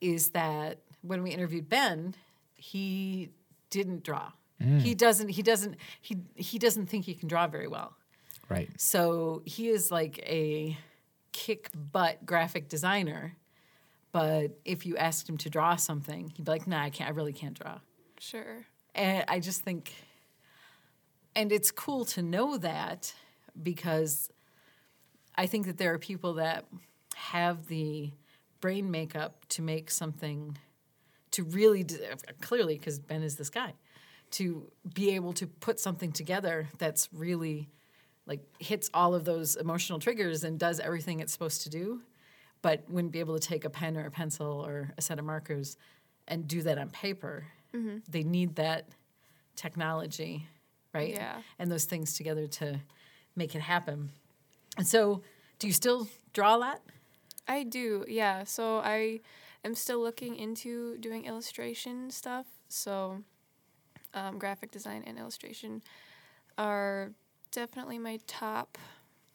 [SPEAKER 3] is that when we interviewed Ben, he didn't draw. He doesn't. He doesn't. He he doesn't think he can draw very well.
[SPEAKER 1] Right.
[SPEAKER 3] So he is like a kick butt graphic designer. But if you asked him to draw something, he'd be like, nah, I can't, I really can't draw.
[SPEAKER 2] Sure.
[SPEAKER 3] And I just think, and it's cool to know that because I think that there are people that have the brain makeup to make something, to really, d- uh, clearly, because Ben is this guy, to be able to put something together that's really like hits all of those emotional triggers and does everything it's supposed to do, but wouldn't be able to take a pen or a pencil or a set of markers and do that on paper. They need that technology, right?
[SPEAKER 2] Yeah.
[SPEAKER 3] And those things together to make it happen. And so, do you still draw a lot?
[SPEAKER 2] I do, yeah. So I am still looking into doing illustration stuff. So um, graphic design and illustration are definitely my top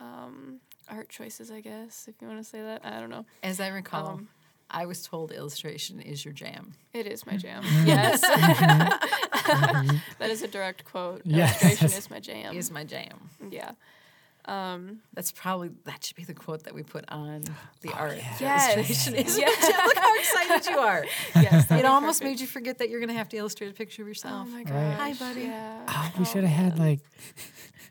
[SPEAKER 2] um, art choices, I guess, if you want to say that. I don't know.
[SPEAKER 3] As I recall,
[SPEAKER 2] Um,
[SPEAKER 3] I was told illustration is your jam.
[SPEAKER 2] It is my jam.
[SPEAKER 3] Yes.
[SPEAKER 2] that is a direct quote.
[SPEAKER 1] Yes.
[SPEAKER 2] Illustration is my jam.
[SPEAKER 3] Is my jam.
[SPEAKER 2] yeah. Um,
[SPEAKER 3] That's probably that should be the quote that we put on the art.
[SPEAKER 2] Yes.
[SPEAKER 3] illustration is
[SPEAKER 2] Oh, Yeah.
[SPEAKER 3] my jam. Look how excited you are.
[SPEAKER 2] yes.
[SPEAKER 3] It almost made you forget that you're going to have to illustrate a picture of
[SPEAKER 2] Oh
[SPEAKER 3] yourself.
[SPEAKER 2] my gosh.
[SPEAKER 1] Right.
[SPEAKER 3] Hi, buddy.
[SPEAKER 2] Yeah.
[SPEAKER 1] Oh, we should have had like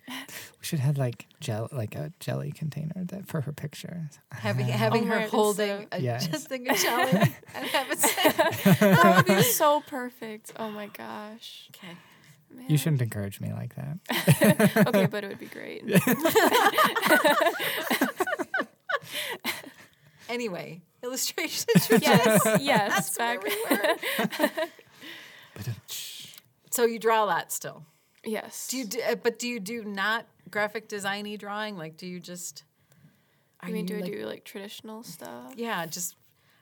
[SPEAKER 1] we should have like gel like a jelly container that for her picture.
[SPEAKER 3] Having having her
[SPEAKER 2] Omelet is
[SPEAKER 3] holding
[SPEAKER 2] Oh, so-
[SPEAKER 3] a,
[SPEAKER 1] Yes.
[SPEAKER 3] just thing of jelly and have it say,
[SPEAKER 2] that would be so perfect. Oh my gosh.
[SPEAKER 3] okay.
[SPEAKER 2] Man.
[SPEAKER 1] You shouldn't encourage me like that.
[SPEAKER 2] okay, but it would be great.
[SPEAKER 3] Anyway, illustration.
[SPEAKER 2] yes. Yes.
[SPEAKER 3] That's where
[SPEAKER 2] back.
[SPEAKER 3] we were. So you draw a lot still.
[SPEAKER 2] Yes.
[SPEAKER 3] Do you? Do, uh, but do you do not graphic designy drawing? Like, do you just?
[SPEAKER 2] I mean, do I
[SPEAKER 3] like-
[SPEAKER 2] do like traditional stuff?
[SPEAKER 3] Yeah, just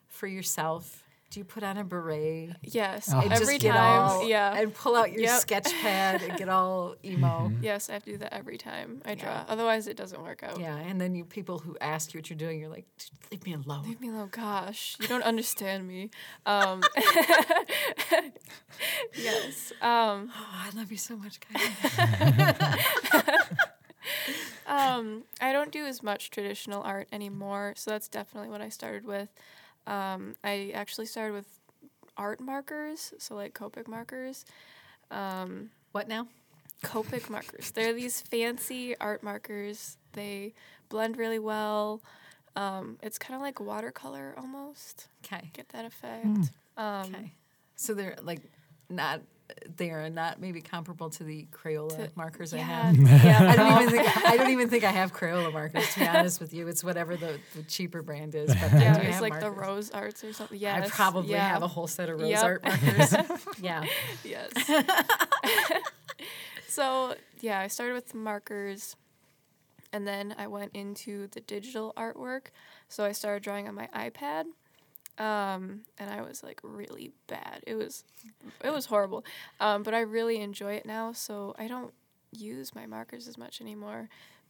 [SPEAKER 3] for yourself. Do you put on a beret?
[SPEAKER 2] Yes.
[SPEAKER 1] Oh. And
[SPEAKER 3] Just
[SPEAKER 2] Every
[SPEAKER 3] get
[SPEAKER 2] time.
[SPEAKER 3] all-
[SPEAKER 2] yeah.
[SPEAKER 3] and pull out your
[SPEAKER 2] Yep.
[SPEAKER 3] sketch pad and get all emo.
[SPEAKER 2] yes, I have to do that every time I draw.
[SPEAKER 3] Yeah.
[SPEAKER 2] Otherwise, it doesn't work out.
[SPEAKER 3] Yeah, and then you people who ask you what you're doing, you're like, "Just leave me alone.
[SPEAKER 2] Leave me alone. Gosh, you don't understand me. Um, yes. Um,
[SPEAKER 3] Oh, I love you so much, Kylie.
[SPEAKER 2] um, I don't do as much traditional art anymore, so that's definitely what I started with. Um, I actually started with art markers, so like Copic markers. Um,
[SPEAKER 3] what now?
[SPEAKER 2] Copic markers. They're these fancy art markers. They blend really well. Um, it's kind of like watercolor almost.
[SPEAKER 3] Okay.
[SPEAKER 2] Get that effect. Um,
[SPEAKER 3] Okay. So they're like not they are not maybe comparable to the Crayola markers I
[SPEAKER 2] Yeah.
[SPEAKER 3] have.
[SPEAKER 2] yeah.
[SPEAKER 3] I don't even think I don't even think I have Crayola markers to be honest with you. It's whatever the, the cheaper brand is. But I
[SPEAKER 2] Yeah,
[SPEAKER 3] do
[SPEAKER 2] it's
[SPEAKER 3] have
[SPEAKER 2] like the
[SPEAKER 3] markers.
[SPEAKER 2] rose arts or something. Yes.
[SPEAKER 3] I probably
[SPEAKER 2] yeah.
[SPEAKER 3] have a whole set of rose
[SPEAKER 2] Yep.
[SPEAKER 3] art markers. yeah.
[SPEAKER 2] Yes. so, yeah, I started with the markers and then I went into the digital artwork. So, I started drawing on my iPad. Um, and I was like really bad. It was it was horrible. Um, but I really enjoy it now, so I don't use my markers as much anymore,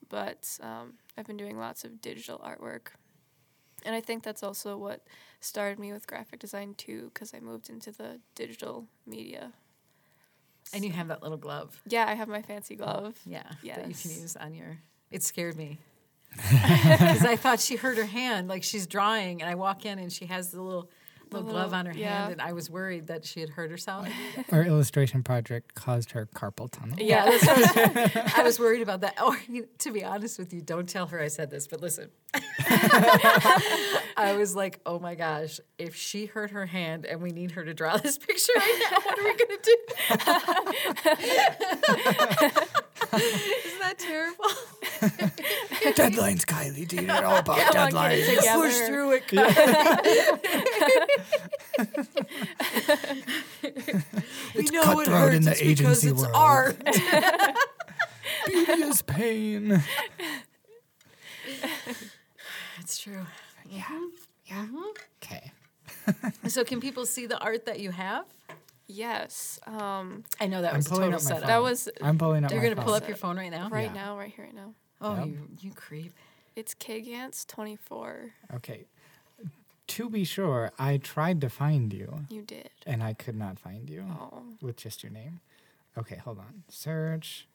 [SPEAKER 2] but um, I've been doing lots of digital artwork. And I think that's also what started me with graphic design too, because I moved into the digital media.
[SPEAKER 3] And you have that little glove.
[SPEAKER 2] Yeah, I have my fancy
[SPEAKER 3] Oh.
[SPEAKER 2] glove.
[SPEAKER 3] Yeah. That you can
[SPEAKER 2] Yes.
[SPEAKER 3] use on your it scared me. Because I thought she hurt her hand, like she's drawing, and I walk in and she has the little little glove
[SPEAKER 2] little-
[SPEAKER 3] on her
[SPEAKER 2] yeah.
[SPEAKER 3] hand, and I was worried that she had hurt herself.
[SPEAKER 1] Our illustration project caused her carpal tunnel.
[SPEAKER 3] Yeah, that's what I was, I was worried about that. Or you- to be honest with you, don't tell her I said this, but listen. I was like, oh my gosh, if she hurt her hand and we need her to draw this picture right now, what are we going to do? Isn't that terrible?
[SPEAKER 1] Deadlines, Kylie. Do you know about
[SPEAKER 2] Come on, get it
[SPEAKER 1] deadlines?
[SPEAKER 2] together.
[SPEAKER 3] Push through it. we
[SPEAKER 1] It's
[SPEAKER 3] know it
[SPEAKER 1] cutthroat
[SPEAKER 3] hurts
[SPEAKER 1] in the
[SPEAKER 3] it's because
[SPEAKER 1] agency
[SPEAKER 3] it's
[SPEAKER 1] world.
[SPEAKER 3] art.
[SPEAKER 1] Beauty is pain.
[SPEAKER 3] That's true.
[SPEAKER 1] Yeah. Yeah. Okay.
[SPEAKER 3] So can people see the art that you have?
[SPEAKER 2] Yes. Um,
[SPEAKER 3] I know that
[SPEAKER 1] I'm
[SPEAKER 3] was a
[SPEAKER 1] pulling
[SPEAKER 3] total
[SPEAKER 1] up my
[SPEAKER 3] setup.
[SPEAKER 2] that
[SPEAKER 1] Oh,
[SPEAKER 2] was
[SPEAKER 1] I'm pulling up.
[SPEAKER 3] You're
[SPEAKER 1] my
[SPEAKER 3] gonna pull
[SPEAKER 1] phone.
[SPEAKER 3] up your phone right now.
[SPEAKER 2] right
[SPEAKER 1] yeah.
[SPEAKER 2] now, right here, right now.
[SPEAKER 3] Oh,
[SPEAKER 1] Yep.
[SPEAKER 3] you you creep.
[SPEAKER 2] It's Kagance 24.
[SPEAKER 1] Okay. To be sure, I tried to find you
[SPEAKER 2] You did.
[SPEAKER 1] and I could not find you
[SPEAKER 2] Oh.
[SPEAKER 1] with just your name. Okay, hold on. Search.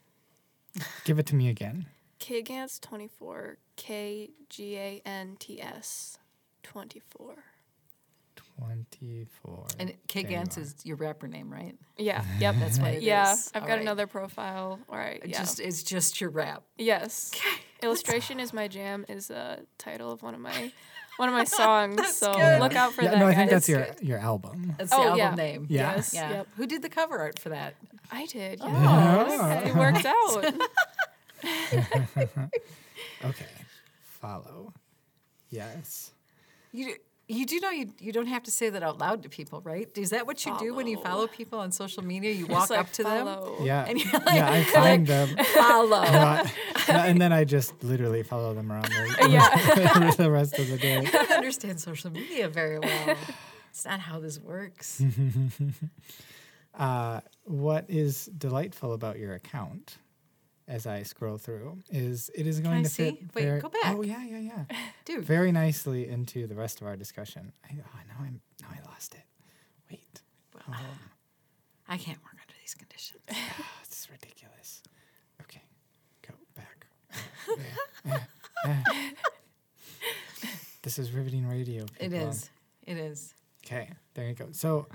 [SPEAKER 1] Give it to me again.
[SPEAKER 2] Kagans 24. K G A N T S 24.
[SPEAKER 1] 24.
[SPEAKER 3] And K
[SPEAKER 1] There you
[SPEAKER 3] Gantz
[SPEAKER 1] are.
[SPEAKER 3] is your rapper name, right?
[SPEAKER 2] Yeah. Yep.
[SPEAKER 3] That's what it is.
[SPEAKER 2] yeah. I've got
[SPEAKER 3] Alright.
[SPEAKER 2] another profile. All right.
[SPEAKER 3] It
[SPEAKER 2] Yeah.
[SPEAKER 3] Just it's just your rap.
[SPEAKER 2] yes. Illustration is my jam is the title of one of my one of my songs. so
[SPEAKER 3] good.
[SPEAKER 2] look out for
[SPEAKER 1] yeah,
[SPEAKER 2] that.
[SPEAKER 1] no, I
[SPEAKER 2] guys.
[SPEAKER 1] think that's your, your album.
[SPEAKER 3] That's
[SPEAKER 2] Oh,
[SPEAKER 3] the album
[SPEAKER 2] yeah.
[SPEAKER 3] name.
[SPEAKER 1] Yeah.
[SPEAKER 2] Yes.
[SPEAKER 3] Yeah.
[SPEAKER 2] Yep.
[SPEAKER 3] Who did the cover art for that?
[SPEAKER 2] I did.
[SPEAKER 3] Oh,
[SPEAKER 2] Yes.
[SPEAKER 1] okay.
[SPEAKER 2] It worked out.
[SPEAKER 1] Okay. Follow. Yes.
[SPEAKER 3] You you do know you you don't have to say that out loud to people, right? Is that what you do when you follow
[SPEAKER 2] Follow.
[SPEAKER 3] people on social media? You walk up to them.
[SPEAKER 2] follow.
[SPEAKER 1] Yeah.
[SPEAKER 3] And you're
[SPEAKER 1] yeah, I find them.
[SPEAKER 3] Follow.
[SPEAKER 1] Not, and then I just literally follow them around the, the rest of the day.
[SPEAKER 3] I don't understand social media very well. It's not how this works.
[SPEAKER 1] Uh, what is delightful about your account as I scroll through is it is going
[SPEAKER 3] I
[SPEAKER 1] to
[SPEAKER 3] see?
[SPEAKER 1] fit
[SPEAKER 3] Wait,
[SPEAKER 1] very,
[SPEAKER 3] go back.
[SPEAKER 1] Oh yeah, yeah, yeah.
[SPEAKER 3] Dude,
[SPEAKER 1] very nicely into the rest of our discussion. I, oh, now I'm now I lost it. Wait.
[SPEAKER 3] I can't work under these these conditions.
[SPEAKER 1] It's Oh, ridiculous. Okay, go back. this is riveting radio.
[SPEAKER 3] It
[SPEAKER 1] people.
[SPEAKER 3] is. It is.
[SPEAKER 1] Okay, there you go. So,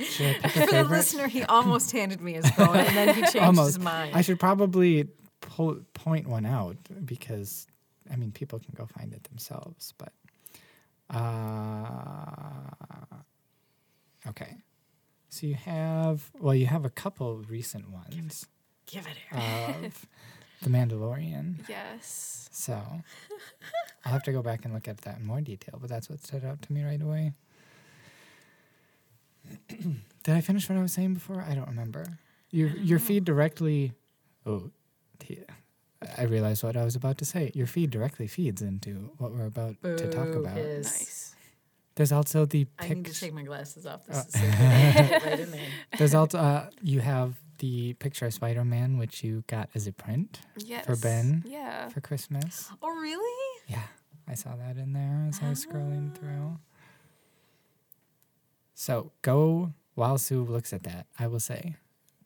[SPEAKER 1] should I pick
[SPEAKER 3] For
[SPEAKER 1] a
[SPEAKER 3] the
[SPEAKER 1] favorite?
[SPEAKER 3] listener, he almost handed me his phone and then he changed his
[SPEAKER 1] Almost.
[SPEAKER 3] mind.
[SPEAKER 1] I should probably pull, point one out because, I mean, people can go find it themselves. But, uh, okay. So you have, well, you have a couple recent ones
[SPEAKER 3] Give it here.
[SPEAKER 1] of The Mandalorian.
[SPEAKER 2] Yes.
[SPEAKER 1] So I'll have to go back and look at that in more detail, but that's what stood out to me right away. Did I finish what I was saying before? I don't remember. Your your feed directly oh t- I realized what I was about to say. Your feed directly feeds into what we're about to talk
[SPEAKER 3] Boo,
[SPEAKER 1] about.
[SPEAKER 3] yes.
[SPEAKER 2] Nice.
[SPEAKER 1] There's also the
[SPEAKER 3] I need to
[SPEAKER 1] picture.
[SPEAKER 3] take my glasses off. This
[SPEAKER 1] Uh,
[SPEAKER 3] is so good. I can get right in there.
[SPEAKER 1] There's also uh, you have the picture of Spider-Man which you got as a print
[SPEAKER 2] Yes.
[SPEAKER 1] Ben?
[SPEAKER 2] Yeah.
[SPEAKER 1] for Christmas.
[SPEAKER 3] Oh, really?
[SPEAKER 1] Yeah, I saw that in there as I was scrolling through.
[SPEAKER 3] Ah.
[SPEAKER 1] So go while Sue looks at that. I will say,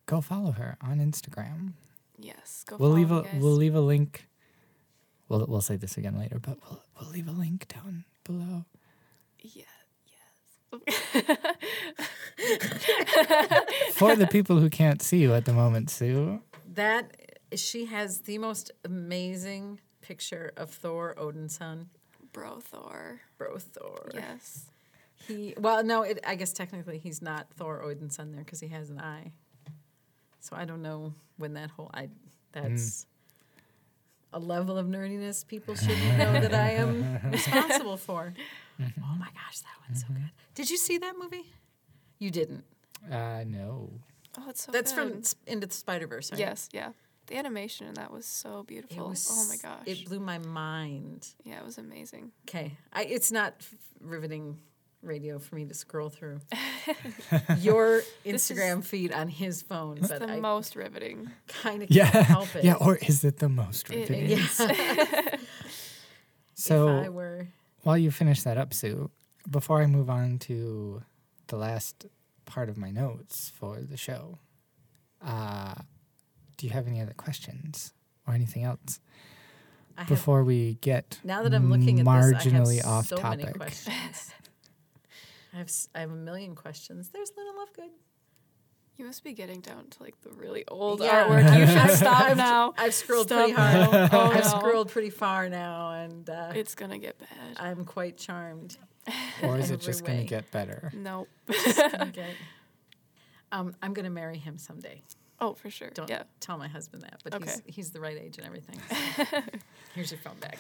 [SPEAKER 1] go follow her on Instagram.
[SPEAKER 2] Yes. Go
[SPEAKER 1] we'll leave a
[SPEAKER 2] follow, guys.
[SPEAKER 1] we'll leave a link. We'll we'll say this again later, but we'll we'll leave a link down below.
[SPEAKER 2] Yeah.
[SPEAKER 1] For the people who can't see you at the moment, Sue.
[SPEAKER 3] That she has the most amazing picture of Thor Odin's son,
[SPEAKER 2] Bro Thor.
[SPEAKER 3] Bro Thor.
[SPEAKER 2] Yes.
[SPEAKER 3] He well, no, it, I guess technically he's not Thor Odin's son there because he has an eye. So I don't know when that whole I that's a level of nerdiness people shouldn't know that I am responsible for. Oh my gosh, that one's so good. Did you see that movie? You didn't.
[SPEAKER 1] Uh no.
[SPEAKER 2] Oh, it's so
[SPEAKER 3] That's
[SPEAKER 2] good.
[SPEAKER 3] from S- Into the Spider Verse. Right?
[SPEAKER 2] Yes. Yeah. The animation in that was so
[SPEAKER 3] It
[SPEAKER 2] beautiful.
[SPEAKER 3] was,
[SPEAKER 2] oh my gosh.
[SPEAKER 3] It blew my mind.
[SPEAKER 2] yeah, it was amazing.
[SPEAKER 3] Okay, I, it's not f- riveting radio for me to scroll through your
[SPEAKER 2] This is-
[SPEAKER 3] Instagram feed on his phone,
[SPEAKER 2] It's
[SPEAKER 3] but
[SPEAKER 2] the
[SPEAKER 3] I
[SPEAKER 2] most riveting.
[SPEAKER 3] kind of
[SPEAKER 1] Yeah.
[SPEAKER 3] can't help it.
[SPEAKER 1] Yeah, or is it the most
[SPEAKER 2] It
[SPEAKER 1] riveting?
[SPEAKER 2] is.
[SPEAKER 3] if I
[SPEAKER 1] So
[SPEAKER 3] were
[SPEAKER 1] while you finish that up, Sue, before I move on to the last part of my notes for the show, uh, do you have any other questions or anything else
[SPEAKER 3] I have,
[SPEAKER 1] before we get
[SPEAKER 3] now that I'm looking at
[SPEAKER 1] marginally
[SPEAKER 3] this, I have
[SPEAKER 1] off
[SPEAKER 3] so
[SPEAKER 1] topic?
[SPEAKER 3] many questions. I have s- I have a million questions. There's Lena Lovegood.
[SPEAKER 2] You must be getting down to like the really old
[SPEAKER 3] Yeah.
[SPEAKER 2] artwork. You
[SPEAKER 3] I've-
[SPEAKER 2] should stop
[SPEAKER 3] I've-
[SPEAKER 2] now.
[SPEAKER 3] I've scrolled
[SPEAKER 2] Stop
[SPEAKER 3] pretty hard.
[SPEAKER 2] now. Oh,
[SPEAKER 3] I've
[SPEAKER 2] no.
[SPEAKER 3] scrolled pretty far now, and uh,
[SPEAKER 2] It's gonna get bad.
[SPEAKER 3] I'm quite charmed.
[SPEAKER 1] Or is it
[SPEAKER 3] every
[SPEAKER 1] just going
[SPEAKER 3] way.
[SPEAKER 1] to get better?
[SPEAKER 2] Nope.
[SPEAKER 3] Okay. Um, I'm going to marry him someday.
[SPEAKER 2] Oh, for sure.
[SPEAKER 3] Don't
[SPEAKER 2] Yeah.
[SPEAKER 3] tell my husband that, but he's,
[SPEAKER 2] Okay.
[SPEAKER 3] he's the right age and everything. so. Here's your phone back.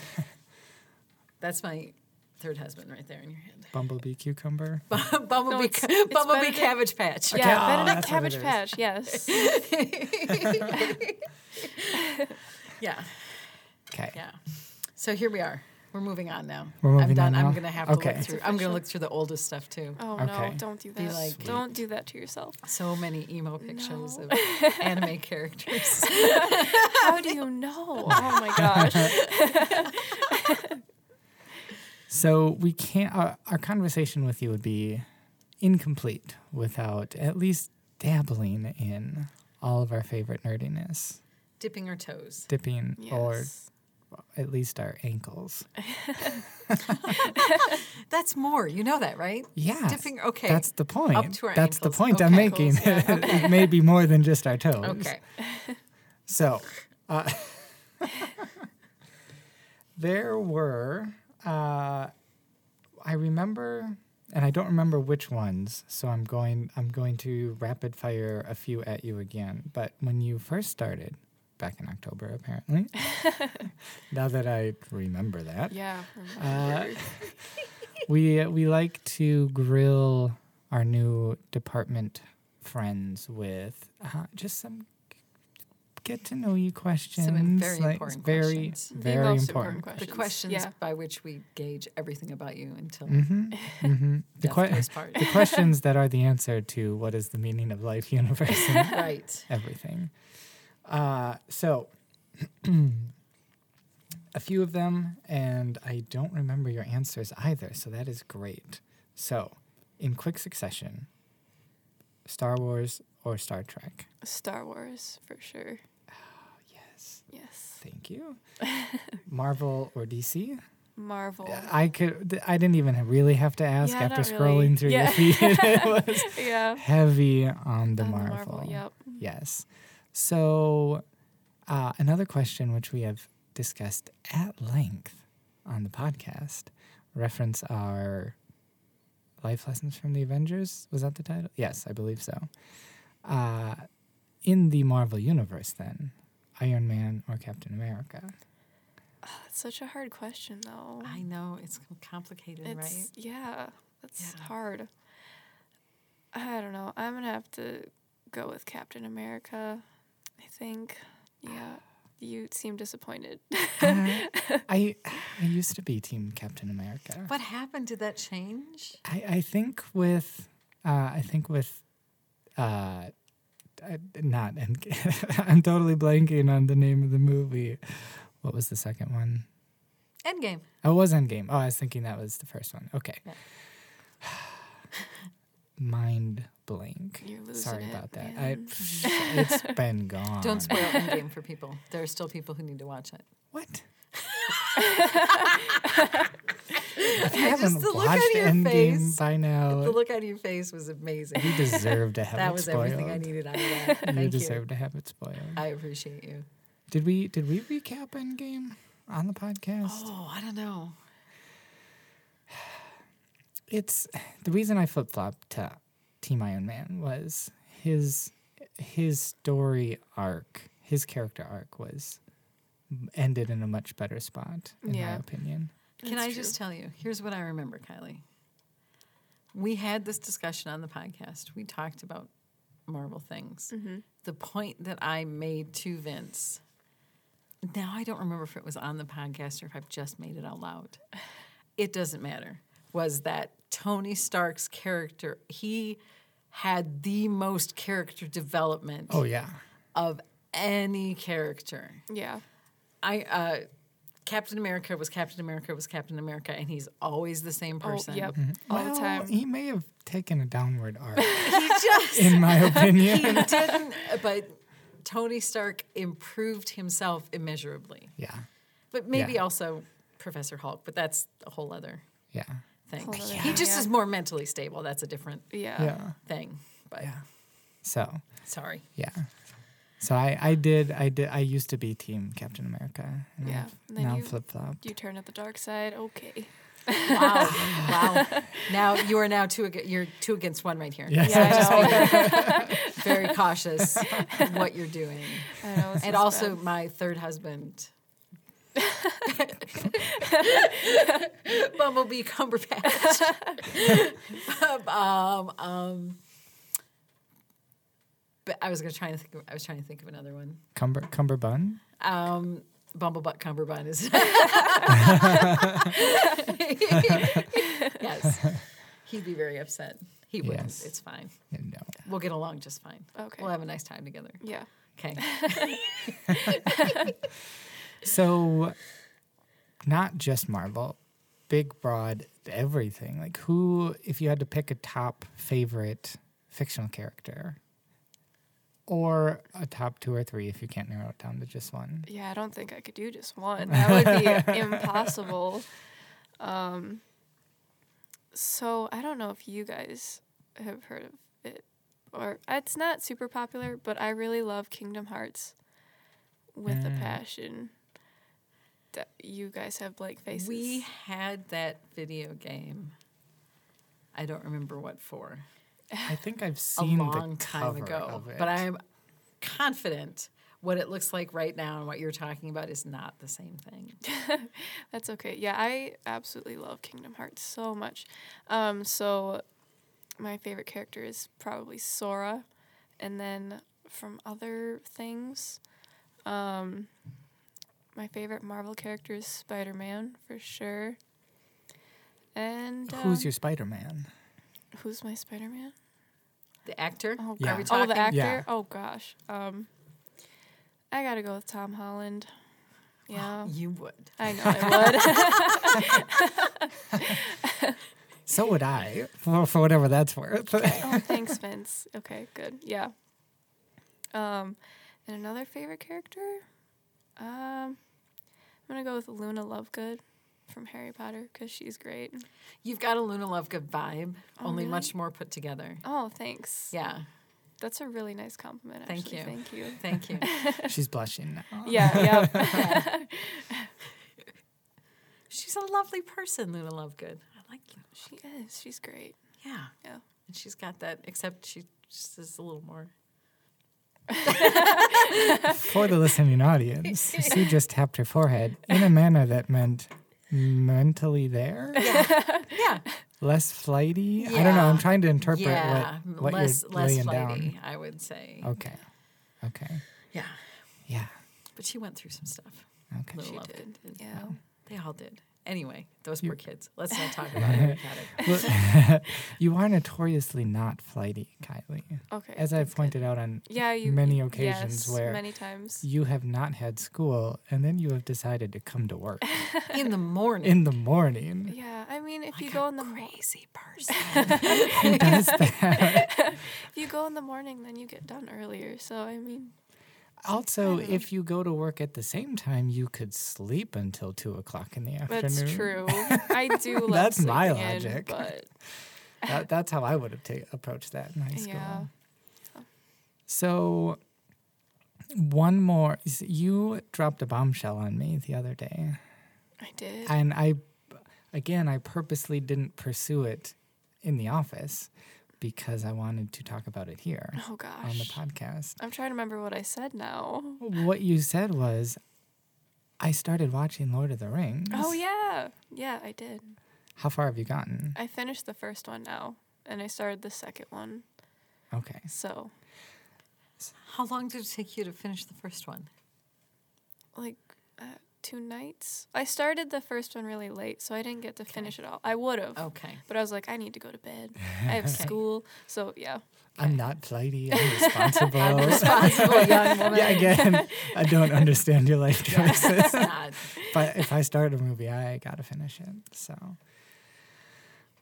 [SPEAKER 3] That's my third husband right there in your hand.
[SPEAKER 1] Bumblebee cucumber?
[SPEAKER 3] Bumblebee,
[SPEAKER 2] it's-
[SPEAKER 3] ca-
[SPEAKER 2] it's
[SPEAKER 3] Bumblebee
[SPEAKER 2] Benedict-
[SPEAKER 3] Cabbage Patch.
[SPEAKER 1] Okay,
[SPEAKER 2] Yeah,
[SPEAKER 1] oh,
[SPEAKER 2] Benedict
[SPEAKER 1] that's what it
[SPEAKER 2] Cabbage
[SPEAKER 1] is.
[SPEAKER 2] Patch. Yes.
[SPEAKER 3] Yeah,
[SPEAKER 1] Okay.
[SPEAKER 3] yeah. So here we are. We're moving on now.
[SPEAKER 1] We're
[SPEAKER 3] I'm
[SPEAKER 1] moving
[SPEAKER 3] done.
[SPEAKER 1] on
[SPEAKER 3] I'm
[SPEAKER 1] now?
[SPEAKER 3] gonna have to
[SPEAKER 1] Okay.
[SPEAKER 3] look
[SPEAKER 1] It's
[SPEAKER 3] through. I'm gonna look through the oldest stuff too.
[SPEAKER 2] Oh no!
[SPEAKER 1] Okay.
[SPEAKER 2] Don't do
[SPEAKER 3] Be
[SPEAKER 2] that.
[SPEAKER 3] like-
[SPEAKER 2] don't do that to yourself.
[SPEAKER 3] So many emo pictures
[SPEAKER 2] No.
[SPEAKER 3] of anime characters.
[SPEAKER 2] How do you know? Oh my gosh!
[SPEAKER 1] So we can't. Our, our conversation with you would be incomplete without at least dabbling in all of our favorite nerdiness,
[SPEAKER 3] Dipping our toes.
[SPEAKER 1] dipping or
[SPEAKER 2] Yes.
[SPEAKER 1] at least our ankles.
[SPEAKER 3] That's more. You know that, right?
[SPEAKER 1] Yeah.
[SPEAKER 3] Dipping. Okay.
[SPEAKER 1] That's the point.
[SPEAKER 3] to our
[SPEAKER 1] That's the
[SPEAKER 3] ankles.
[SPEAKER 1] point I'm
[SPEAKER 3] Okay.
[SPEAKER 1] making. it may be more than just our toes.
[SPEAKER 3] okay.
[SPEAKER 1] So, uh, there were, uh, I remember, and I don't remember which ones. So I'm going, I'm going to rapid fire a few at you again. But when you first started, back in October, apparently. now that I remember that,
[SPEAKER 2] Yeah.
[SPEAKER 1] uh, we uh, we like to grill our new department friends with uh, just some get to know you questions.
[SPEAKER 3] very
[SPEAKER 1] like,
[SPEAKER 3] important
[SPEAKER 1] very
[SPEAKER 3] questions. The
[SPEAKER 1] very
[SPEAKER 2] most
[SPEAKER 1] important.
[SPEAKER 2] important
[SPEAKER 3] the
[SPEAKER 2] questions.
[SPEAKER 3] questions
[SPEAKER 2] Yeah.
[SPEAKER 3] by which we gauge everything about you until
[SPEAKER 1] Mm-hmm. The,
[SPEAKER 3] death
[SPEAKER 1] que-
[SPEAKER 3] do us part.
[SPEAKER 1] the questions that are the answer to what is the meaning of life, universe, and
[SPEAKER 3] right.
[SPEAKER 1] everything. Uh, so, a few of them, and I don't remember your answers either, so that is great. So, in quick succession, Star Wars or Star Trek?
[SPEAKER 2] Star Wars for sure.
[SPEAKER 1] Yes.
[SPEAKER 2] Yes.
[SPEAKER 1] Thank you. Marvel or DC?
[SPEAKER 2] Marvel.
[SPEAKER 1] I could. th- I didn't even really have to ask
[SPEAKER 2] Yeah,
[SPEAKER 1] after
[SPEAKER 2] not really.
[SPEAKER 1] scrolling through
[SPEAKER 2] Yeah.
[SPEAKER 1] your feed. it was
[SPEAKER 2] Yeah.
[SPEAKER 1] heavy on the
[SPEAKER 2] On
[SPEAKER 1] Marvel.
[SPEAKER 2] Yep.
[SPEAKER 1] Yes. So, uh, another question which we have discussed at length on the podcast, reference our life lessons from the Avengers. Was that the title? Yes, I believe so. Uh, in the Marvel universe, then Iron Man or Captain America?
[SPEAKER 2] That's such a hard question though.
[SPEAKER 3] I know it's complicated,
[SPEAKER 2] it's
[SPEAKER 3] right?
[SPEAKER 2] yeah. That's
[SPEAKER 3] Yeah.
[SPEAKER 2] hard. I don't know. I'm gonna have to go with Captain America. I think. Yeah. You seem disappointed.
[SPEAKER 1] Uh, I I used to be Team Captain America.
[SPEAKER 3] What happened? Did that change?
[SPEAKER 1] I, I think with uh, I think with uh, uh, not and I'm totally blanking on the name of the movie. What was the second one?
[SPEAKER 3] Endgame.
[SPEAKER 1] Oh, it was Endgame. Oh, I was thinking that was the first one. Okay.
[SPEAKER 3] Yeah.
[SPEAKER 1] Mind blank.
[SPEAKER 2] You're losing
[SPEAKER 1] Sorry
[SPEAKER 2] it,
[SPEAKER 1] about that. I,
[SPEAKER 2] man.
[SPEAKER 1] it's been gone.
[SPEAKER 3] Don't spoil Endgame for people. There are still people who need to watch it.
[SPEAKER 1] What? if you
[SPEAKER 3] Just
[SPEAKER 1] haven't
[SPEAKER 3] the look out of
[SPEAKER 1] watched
[SPEAKER 3] your
[SPEAKER 1] Endgame
[SPEAKER 3] face.
[SPEAKER 1] by now,
[SPEAKER 3] The look out of your face was amazing.
[SPEAKER 1] you deserve to have
[SPEAKER 3] that
[SPEAKER 1] it
[SPEAKER 3] was
[SPEAKER 1] spoiled.
[SPEAKER 3] everything I needed out of that. Thank
[SPEAKER 1] you
[SPEAKER 3] you.
[SPEAKER 1] deserve to have it spoiled.
[SPEAKER 3] I appreciate you.
[SPEAKER 1] Did we did we recap Endgame on the podcast?
[SPEAKER 3] Oh, I don't know.
[SPEAKER 1] It's the reason I flip flopped to Team Iron Man was his his story arc, his character arc was ended in a much better spot, in my
[SPEAKER 2] Yeah.
[SPEAKER 1] opinion.
[SPEAKER 3] Can
[SPEAKER 2] That's
[SPEAKER 3] I just tell you? Here's what I remember, Kylie. We had this discussion on the podcast. We talked about Marvel things. The point that I made to Vince, now I don't remember if it was on the podcast or if I've just made it out loud. It doesn't matter. Was that Tony Stark's character? He had the most character development
[SPEAKER 1] Oh yeah.
[SPEAKER 3] of any character.
[SPEAKER 2] Yeah.
[SPEAKER 3] I uh, Captain America was Captain America was Captain America, and he's always the same person.
[SPEAKER 2] Oh, yep. All
[SPEAKER 1] Mm-hmm. Well,
[SPEAKER 2] the time.
[SPEAKER 1] He may have taken a downward arc,
[SPEAKER 3] He just
[SPEAKER 1] in my opinion.
[SPEAKER 3] he didn't, but Tony Stark improved himself immeasurably.
[SPEAKER 1] yeah.
[SPEAKER 3] But maybe
[SPEAKER 1] Yeah.
[SPEAKER 3] also Professor Hulk, but that's a whole other
[SPEAKER 1] Yeah.
[SPEAKER 3] thing.
[SPEAKER 2] Whole other
[SPEAKER 3] He
[SPEAKER 2] thing,
[SPEAKER 3] just
[SPEAKER 2] yeah.
[SPEAKER 3] is more mentally stable. That's a different
[SPEAKER 2] Yeah.
[SPEAKER 1] Yeah.
[SPEAKER 3] thing. But
[SPEAKER 1] Yeah. So
[SPEAKER 3] sorry.
[SPEAKER 1] Yeah. So I, I did I did I used to be team Captain America. And
[SPEAKER 2] Yeah,
[SPEAKER 1] I've
[SPEAKER 2] and then
[SPEAKER 1] Mm-hmm. now
[SPEAKER 2] you-
[SPEAKER 1] flip flop.
[SPEAKER 2] You turn at the dark side. Okay.
[SPEAKER 3] Wow, wow. Now you are now two. ag- You're two against one right here.
[SPEAKER 1] Yes.
[SPEAKER 2] Yeah, I know.
[SPEAKER 3] Very cautious of what you're doing.
[SPEAKER 2] I know. this
[SPEAKER 3] And
[SPEAKER 2] is
[SPEAKER 3] also,
[SPEAKER 2] bad.
[SPEAKER 3] my third husband. Bumblebee Cumberbatch. um, um, but I was gonna try and think. Of, I was trying to think of another one.
[SPEAKER 1] Cumber Cumberbund.
[SPEAKER 3] Um, Bumblebutt Cumberbund is. yes, he'd be very upset. He wouldn't.
[SPEAKER 1] Yes.
[SPEAKER 3] It's fine.
[SPEAKER 1] You know.
[SPEAKER 3] We'll get along just fine.
[SPEAKER 2] Okay.
[SPEAKER 3] We'll have a nice time together.
[SPEAKER 2] yeah.
[SPEAKER 3] Okay.
[SPEAKER 1] So not just Marvel, big broad everything. Like who if you had to pick a top favorite fictional character or a top two or three if you can't narrow it down to just one.
[SPEAKER 2] Yeah, I don't think I could do just one. That would be impossible. Um, so I don't know if you guys have heard of it, or it's not super popular, but I really love Kingdom Hearts with a passion. That you guys have blank faces.
[SPEAKER 3] We had that video game. I don't remember what for.
[SPEAKER 1] I think I've
[SPEAKER 3] A
[SPEAKER 1] seen
[SPEAKER 3] long
[SPEAKER 1] the
[SPEAKER 3] time
[SPEAKER 1] cover
[SPEAKER 3] ago.
[SPEAKER 1] of it.
[SPEAKER 3] But I'm confident what it looks like right now and what you're talking about is not the same thing.
[SPEAKER 2] That's okay. Yeah, I absolutely love Kingdom Hearts so much. Um, so my favorite character is probably Sora, and then from other things, um, my favorite Marvel character is Spider Man for sure. And uh,
[SPEAKER 1] Who's your Spider Man?
[SPEAKER 2] who's my Spider Man?
[SPEAKER 3] The actor?
[SPEAKER 2] Oh,
[SPEAKER 1] Yeah.
[SPEAKER 3] Are we
[SPEAKER 1] God.
[SPEAKER 2] Oh,
[SPEAKER 3] talking?
[SPEAKER 2] the actor.
[SPEAKER 1] Yeah.
[SPEAKER 2] Oh gosh. Um, I gotta go with Tom Holland.
[SPEAKER 1] Oh.
[SPEAKER 2] Yeah,
[SPEAKER 3] You would.
[SPEAKER 2] I know I would.
[SPEAKER 1] So would I, for, for whatever that's worth.
[SPEAKER 2] oh, thanks, Vince. Okay, good. Yeah. Um, and another favorite character? Um, I'm going to go with Luna Lovegood from Harry Potter because she's great.
[SPEAKER 3] You've got a Luna Lovegood vibe,
[SPEAKER 2] Oh,
[SPEAKER 3] only
[SPEAKER 2] really?
[SPEAKER 3] much more put together.
[SPEAKER 2] Oh, thanks.
[SPEAKER 3] Yeah,
[SPEAKER 2] That's a really nice compliment,
[SPEAKER 3] Thank
[SPEAKER 2] actually.
[SPEAKER 3] you.
[SPEAKER 2] Thank you.
[SPEAKER 3] thank you.
[SPEAKER 1] She's blushing now.
[SPEAKER 2] Yeah, yeah.
[SPEAKER 3] She's a lovely person, Luna Lovegood. I like Luna.
[SPEAKER 2] she is. She's great.
[SPEAKER 3] Yeah.
[SPEAKER 2] Yeah.
[SPEAKER 3] And she's got that, except she just is a little more.
[SPEAKER 1] For the listening audience, Sue just tapped her forehead in a manner that meant mentally there,
[SPEAKER 3] Yeah.
[SPEAKER 1] less flighty. I don't know. I'm
[SPEAKER 3] Yeah.
[SPEAKER 1] trying to interpret
[SPEAKER 3] yeah.
[SPEAKER 1] what, what
[SPEAKER 3] less
[SPEAKER 1] you're
[SPEAKER 3] less
[SPEAKER 1] laying
[SPEAKER 3] flighty,
[SPEAKER 1] down.
[SPEAKER 3] I would say.
[SPEAKER 1] Okay. Okay.
[SPEAKER 3] Yeah.
[SPEAKER 1] Yeah.
[SPEAKER 3] But she went through some stuff.
[SPEAKER 1] Okay.
[SPEAKER 3] Luna
[SPEAKER 2] She
[SPEAKER 3] Lovegood
[SPEAKER 2] did.
[SPEAKER 3] did.
[SPEAKER 2] Yeah.
[SPEAKER 3] They all did. Anyway, those poor kids. Let's not talk about Harry Potter.
[SPEAKER 1] Well, you are notoriously not flighty, Kylie.
[SPEAKER 2] Okay.
[SPEAKER 1] As I've pointed out on
[SPEAKER 2] yeah, you
[SPEAKER 1] many occasions
[SPEAKER 2] yes,
[SPEAKER 1] where
[SPEAKER 2] many times.
[SPEAKER 1] you have not had school and then you have decided to come to work
[SPEAKER 3] In the morning.
[SPEAKER 1] in the morning.
[SPEAKER 2] Yeah, I mean, if
[SPEAKER 3] like
[SPEAKER 2] you
[SPEAKER 3] a
[SPEAKER 2] go in the mo-
[SPEAKER 3] crazy person.
[SPEAKER 1] Who does that?
[SPEAKER 2] if you go in the morning, then you get done earlier. So I mean,
[SPEAKER 1] Also, if you go to work at the same time, you could sleep until two o'clock in the afternoon.
[SPEAKER 2] that's true. I do. Love
[SPEAKER 1] That's my
[SPEAKER 2] sleeping in,
[SPEAKER 1] logic.
[SPEAKER 2] but
[SPEAKER 1] That, that's how I would have ta- approached that in high school.
[SPEAKER 2] yeah,
[SPEAKER 1] So, one more. You dropped a bombshell on me the other day.
[SPEAKER 2] I did.
[SPEAKER 1] and I, again, I purposely didn't pursue it in the office because I wanted to talk about it here
[SPEAKER 2] oh
[SPEAKER 1] on the
[SPEAKER 2] gosh,
[SPEAKER 1] podcast.
[SPEAKER 2] I'm trying to remember what I said now.
[SPEAKER 1] What you said was, I started watching Lord of the Rings.
[SPEAKER 2] Oh yeah, yeah, I did.
[SPEAKER 1] How far have you gotten?
[SPEAKER 2] I finished the first one now, and I started the second one.
[SPEAKER 1] Okay.
[SPEAKER 2] So
[SPEAKER 3] How long did it take you to finish the first one?
[SPEAKER 2] like uh, two nights. I started the first one really late, so I didn't get to finish it all. I would have.
[SPEAKER 1] Oh.
[SPEAKER 3] Okay.
[SPEAKER 2] But I was like, I need to go to bed. I have school. So yeah.
[SPEAKER 1] I'm not flighty. I'm responsible.
[SPEAKER 3] Responsible young woman.
[SPEAKER 1] yeah, again, I don't understand your life choices.
[SPEAKER 3] It's not.
[SPEAKER 1] but if I start a movie, I gotta finish it. So,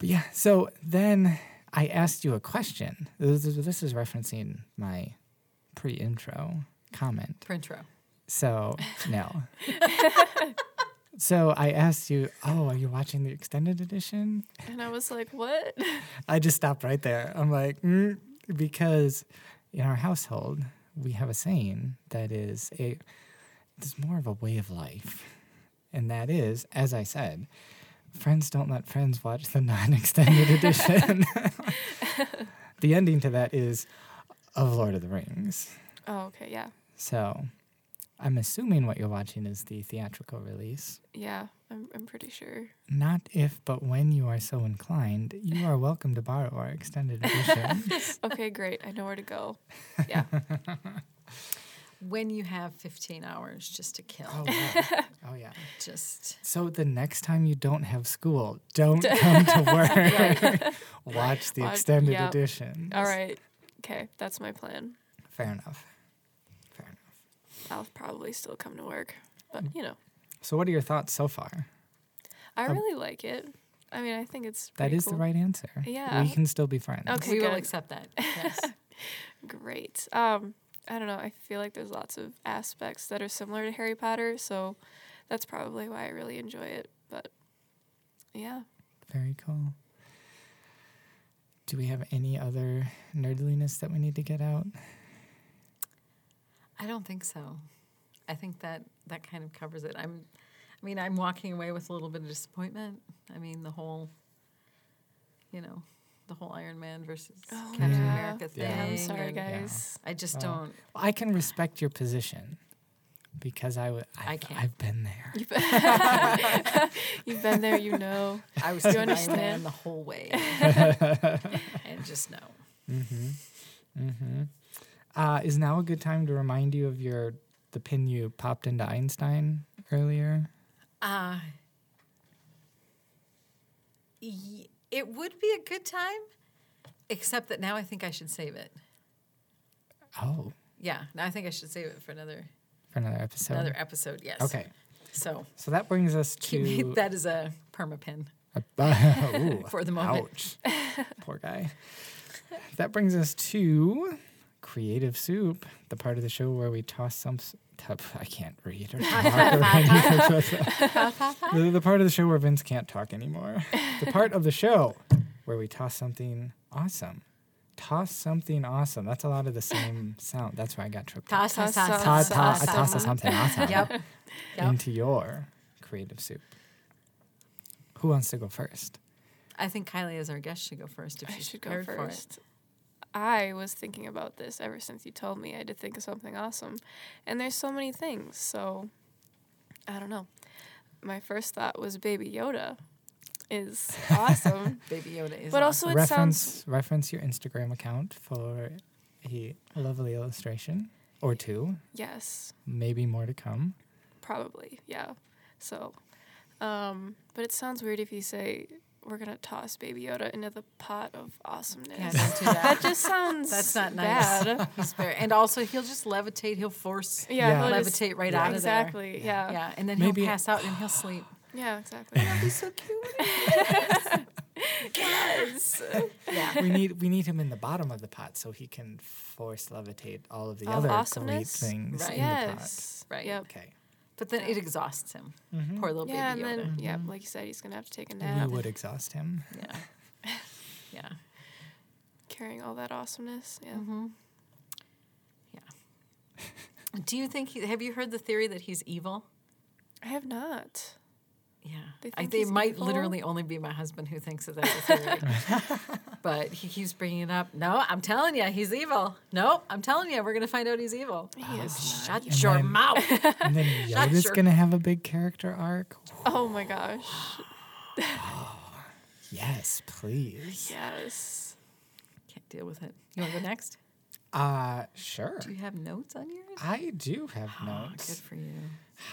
[SPEAKER 1] but yeah. So then I asked you a question. This is, this is referencing my pre-intro comment.
[SPEAKER 3] For intro.
[SPEAKER 1] So no. so I asked you, "Oh, are you watching the extended edition?"
[SPEAKER 2] And I was like, what?
[SPEAKER 1] I just stopped right there. I'm like, mm, because in our household, we have a saying that is a, it's more of a way of life. And that is, as I said, friends don't let friends watch the non extended edition. the ending to that is of Lord of the Rings.
[SPEAKER 2] Oh, okay. Yeah.
[SPEAKER 1] So I'm assuming what you're watching is the theatrical release.
[SPEAKER 2] Yeah. I'm, I'm pretty sure.
[SPEAKER 1] Not if, but when you are so inclined, you are welcome to borrow our extended edition.
[SPEAKER 2] Okay, great. I know where to go.
[SPEAKER 3] When you have 15 hours just to kill,
[SPEAKER 1] Oh yeah. oh yeah.
[SPEAKER 3] just
[SPEAKER 1] So the next time you don't have school, don't come to work. Watch the
[SPEAKER 2] Watch-
[SPEAKER 1] extended
[SPEAKER 2] yep.
[SPEAKER 1] edition.
[SPEAKER 2] All right. Okay. That's my plan.
[SPEAKER 1] Fair enough. Fair enough.
[SPEAKER 2] I'll probably still come to work. But, you know,
[SPEAKER 1] So what are your thoughts so far?
[SPEAKER 2] I
[SPEAKER 1] Um,
[SPEAKER 2] really like it. I mean, I think it's.
[SPEAKER 1] That
[SPEAKER 2] pretty
[SPEAKER 1] is
[SPEAKER 2] cool.
[SPEAKER 1] the right answer.
[SPEAKER 2] Yeah.
[SPEAKER 1] We can still be friends.
[SPEAKER 2] Okay,
[SPEAKER 3] we will
[SPEAKER 2] good.
[SPEAKER 3] accept that. Yes.
[SPEAKER 2] Great. Um, I don't know. I feel like there's lots of aspects that are similar to Harry Potter. So that's probably why I really enjoy it. But yeah.
[SPEAKER 1] Very cool. Do we have any other nerdliness that we need to get out?
[SPEAKER 3] I don't think so. I think that that kind of covers it. I'm, I mean, I'm walking away with a little bit of disappointment. I mean, the whole, you know, the whole Iron Man versus
[SPEAKER 2] Oh,
[SPEAKER 3] Captain
[SPEAKER 1] yeah.
[SPEAKER 3] America thing.
[SPEAKER 1] Yeah.
[SPEAKER 2] I'm sorry,
[SPEAKER 3] and
[SPEAKER 2] guys.
[SPEAKER 3] I just
[SPEAKER 1] Well,
[SPEAKER 3] don't.
[SPEAKER 1] I can respect your position because I w- I've,
[SPEAKER 3] I can.
[SPEAKER 1] I've been there.
[SPEAKER 2] You've been, you've been there, you know.
[SPEAKER 3] I was
[SPEAKER 2] you
[SPEAKER 3] doing Iron
[SPEAKER 2] understand?
[SPEAKER 3] Man the whole way, and just no.
[SPEAKER 1] Mm-hmm. Uh, is now a good time to remind you of your the pin you popped into Einstein earlier?
[SPEAKER 3] Uh, y- it would be a good time, except that now I think I should save it.
[SPEAKER 1] Oh,
[SPEAKER 3] Yeah, now I think I should save it for another
[SPEAKER 1] for another episode.
[SPEAKER 3] another episode. Yes.
[SPEAKER 1] Okay,
[SPEAKER 3] So
[SPEAKER 1] so that brings us to
[SPEAKER 3] keep that as a perma pin.
[SPEAKER 1] Ooh,
[SPEAKER 3] for the moment.
[SPEAKER 1] Ouch, poor guy. That brings us to Creative Soup, the part of the show where we toss some. s- tup- I can't read or talk or any of that. the, the part of the show where Vince can't talk anymore. The part of the show where we toss something awesome. Toss something awesome. That's a lot of the same sound. That's where I got tripped. up.
[SPEAKER 3] Toss, toss,
[SPEAKER 2] Toss,
[SPEAKER 3] toss,
[SPEAKER 1] Ta-
[SPEAKER 2] toss,
[SPEAKER 1] ta-
[SPEAKER 3] toss,
[SPEAKER 1] a toss of something awesome
[SPEAKER 3] Yep. Yep.
[SPEAKER 1] into your creative soup. Who wants to go first?
[SPEAKER 3] I think Kylie, as our guest, should go first. If
[SPEAKER 2] I
[SPEAKER 3] she's
[SPEAKER 2] should go
[SPEAKER 3] prepared for it.
[SPEAKER 2] first. I was thinking about this ever since you told me I had to think of something awesome. And there's so many things, so I don't know. My first thought was Baby Yoda is awesome.
[SPEAKER 3] Baby Yoda is.
[SPEAKER 2] But also
[SPEAKER 3] awesome.
[SPEAKER 2] it
[SPEAKER 1] reference
[SPEAKER 2] sounds
[SPEAKER 1] reference your Instagram account for a lovely illustration or two,
[SPEAKER 2] yes,
[SPEAKER 1] maybe more to come.
[SPEAKER 2] probably. Yeah. So um but it sounds weird if you say we're going to toss Baby Yoda into the pot of awesomeness.
[SPEAKER 3] Yeah, don't do
[SPEAKER 2] That
[SPEAKER 3] that.
[SPEAKER 2] just sounds
[SPEAKER 3] That's not nice.
[SPEAKER 2] bad.
[SPEAKER 3] He's very- and also, he'll just levitate. He'll force.
[SPEAKER 2] Yeah,
[SPEAKER 1] Yeah.
[SPEAKER 2] he'll just-
[SPEAKER 3] Levitate right out of there.
[SPEAKER 2] exactly, Yeah.
[SPEAKER 3] Yeah, and then
[SPEAKER 1] Maybe-
[SPEAKER 3] he'll pass out and he'll sleep.
[SPEAKER 2] Yeah, exactly.
[SPEAKER 3] That'd be so cute.
[SPEAKER 2] yes.
[SPEAKER 3] Yeah.
[SPEAKER 1] We need we need him in the bottom of the pot so he can force levitate all of the
[SPEAKER 2] All
[SPEAKER 1] other great
[SPEAKER 2] awesomeness?
[SPEAKER 1] things
[SPEAKER 3] Right.
[SPEAKER 1] in
[SPEAKER 2] Yes.
[SPEAKER 3] Right.
[SPEAKER 2] Yep.
[SPEAKER 1] the pot. Okay. Mm-hmm.
[SPEAKER 3] But then it exhausts him. Poor little
[SPEAKER 2] Yeah,
[SPEAKER 3] baby
[SPEAKER 2] and
[SPEAKER 3] Yoda. Mm-hmm.
[SPEAKER 2] then yeah, like you said, he's gonna have to take a nap,
[SPEAKER 1] We would exhaust him.
[SPEAKER 3] Yeah. Yeah.
[SPEAKER 2] carrying all that awesomeness. Yeah.
[SPEAKER 3] Mm-hmm. Do you think he, have you heard the theory that he's evil?
[SPEAKER 2] I have not.
[SPEAKER 3] Yeah.
[SPEAKER 2] They
[SPEAKER 3] I,
[SPEAKER 2] think
[SPEAKER 3] they
[SPEAKER 2] he's
[SPEAKER 3] might
[SPEAKER 2] evil?
[SPEAKER 3] literally only be my husband who thinks that that's a theory. but he keeps bringing it up. No, I'm telling you, he's evil. No, I'm telling you, we're going to find out he's evil.
[SPEAKER 2] He
[SPEAKER 1] Oh,
[SPEAKER 2] is.
[SPEAKER 3] Shut
[SPEAKER 1] And
[SPEAKER 3] your
[SPEAKER 1] then-
[SPEAKER 3] mouth.
[SPEAKER 1] And then
[SPEAKER 3] Not
[SPEAKER 1] Yoda's
[SPEAKER 3] sure.
[SPEAKER 1] gonna have a big character arc.
[SPEAKER 2] Oh my gosh.
[SPEAKER 1] Yes, please.
[SPEAKER 2] Yes.
[SPEAKER 3] Can't deal with it. You want to go next?
[SPEAKER 1] Uh sure.
[SPEAKER 3] Do you have notes on yours?
[SPEAKER 1] I do have
[SPEAKER 3] Oh, good
[SPEAKER 1] notes.
[SPEAKER 3] for you.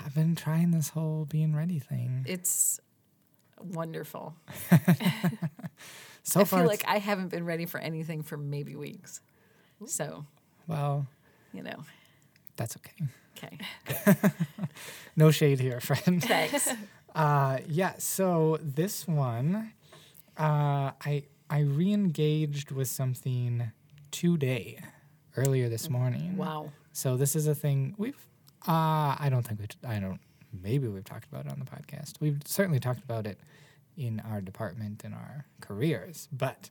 [SPEAKER 1] I've been trying this whole being ready thing.
[SPEAKER 3] It's wonderful.
[SPEAKER 1] so
[SPEAKER 3] I
[SPEAKER 1] far,
[SPEAKER 3] feel
[SPEAKER 1] it's-
[SPEAKER 3] like I haven't been ready for anything for maybe weeks. So,
[SPEAKER 1] well,
[SPEAKER 3] you know,
[SPEAKER 1] that's okay.
[SPEAKER 3] okay.
[SPEAKER 1] No shade here, friend.
[SPEAKER 3] Thanks.
[SPEAKER 1] Uh, yeah. So this one, uh, I I re-engaged with something today, earlier this morning.
[SPEAKER 3] wow.
[SPEAKER 1] So this is a thing we've. Uh, I don't think we. I don't. Maybe we've talked about it on the podcast. We've certainly talked about it in our department in our careers, but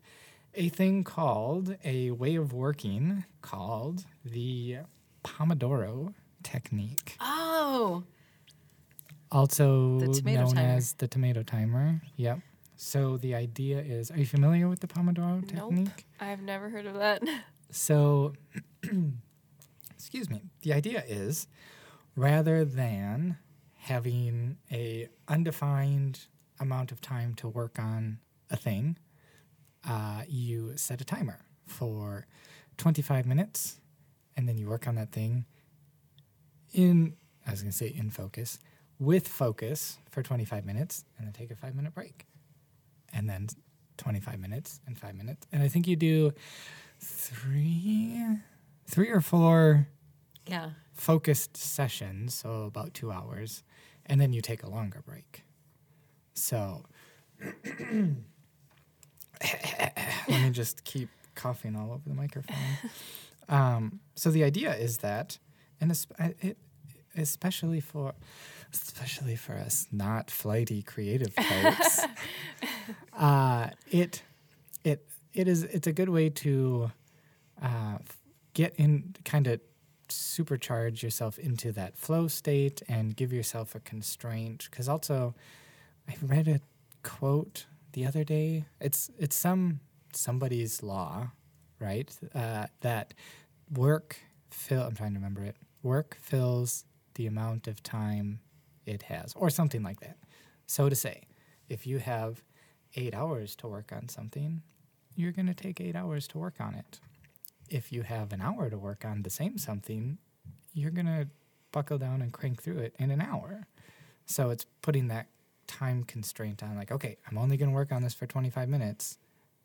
[SPEAKER 1] a thing called a way of working called the Pomodoro technique.
[SPEAKER 3] Oh,
[SPEAKER 1] also
[SPEAKER 3] The tomato
[SPEAKER 1] known
[SPEAKER 3] timer.
[SPEAKER 1] as the tomato timer. Yep. So the idea is, are you familiar with the Pomodoro
[SPEAKER 2] Nope.
[SPEAKER 1] technique?
[SPEAKER 2] I've never heard of that.
[SPEAKER 1] So, excuse me. The idea is, rather than having a undefined amount of time to work on a thing, uh, you set a timer for 25 minutes, and then you work on that thing in I was gonna say in focus with focus for 25 minutes and then take a five minute break and then 25 minutes and five minutes and I think you do three three or four
[SPEAKER 3] yeah.
[SPEAKER 1] focused sessions so about two hours and then you take a longer break so let me just keep coughing all over the microphone um, so the idea is that and es- I- it, especially for especially for us not flighty creative types uh, it it it is it's a good way to uh, f- get in kind of supercharge yourself into that flow state and give yourself a constraint because also i read a quote the other day it's it's some somebody's law right uh, that work fill i'm trying to remember it work fills the amount of time it has or something like that so to say if you have eight hours to work on something you're going to take eight hours to work on it if you have an hour to work on the same something, you're going to buckle down and crank through it in an hour. So it's putting that time constraint on, like, okay, I'm only going to work on this for 25 minutes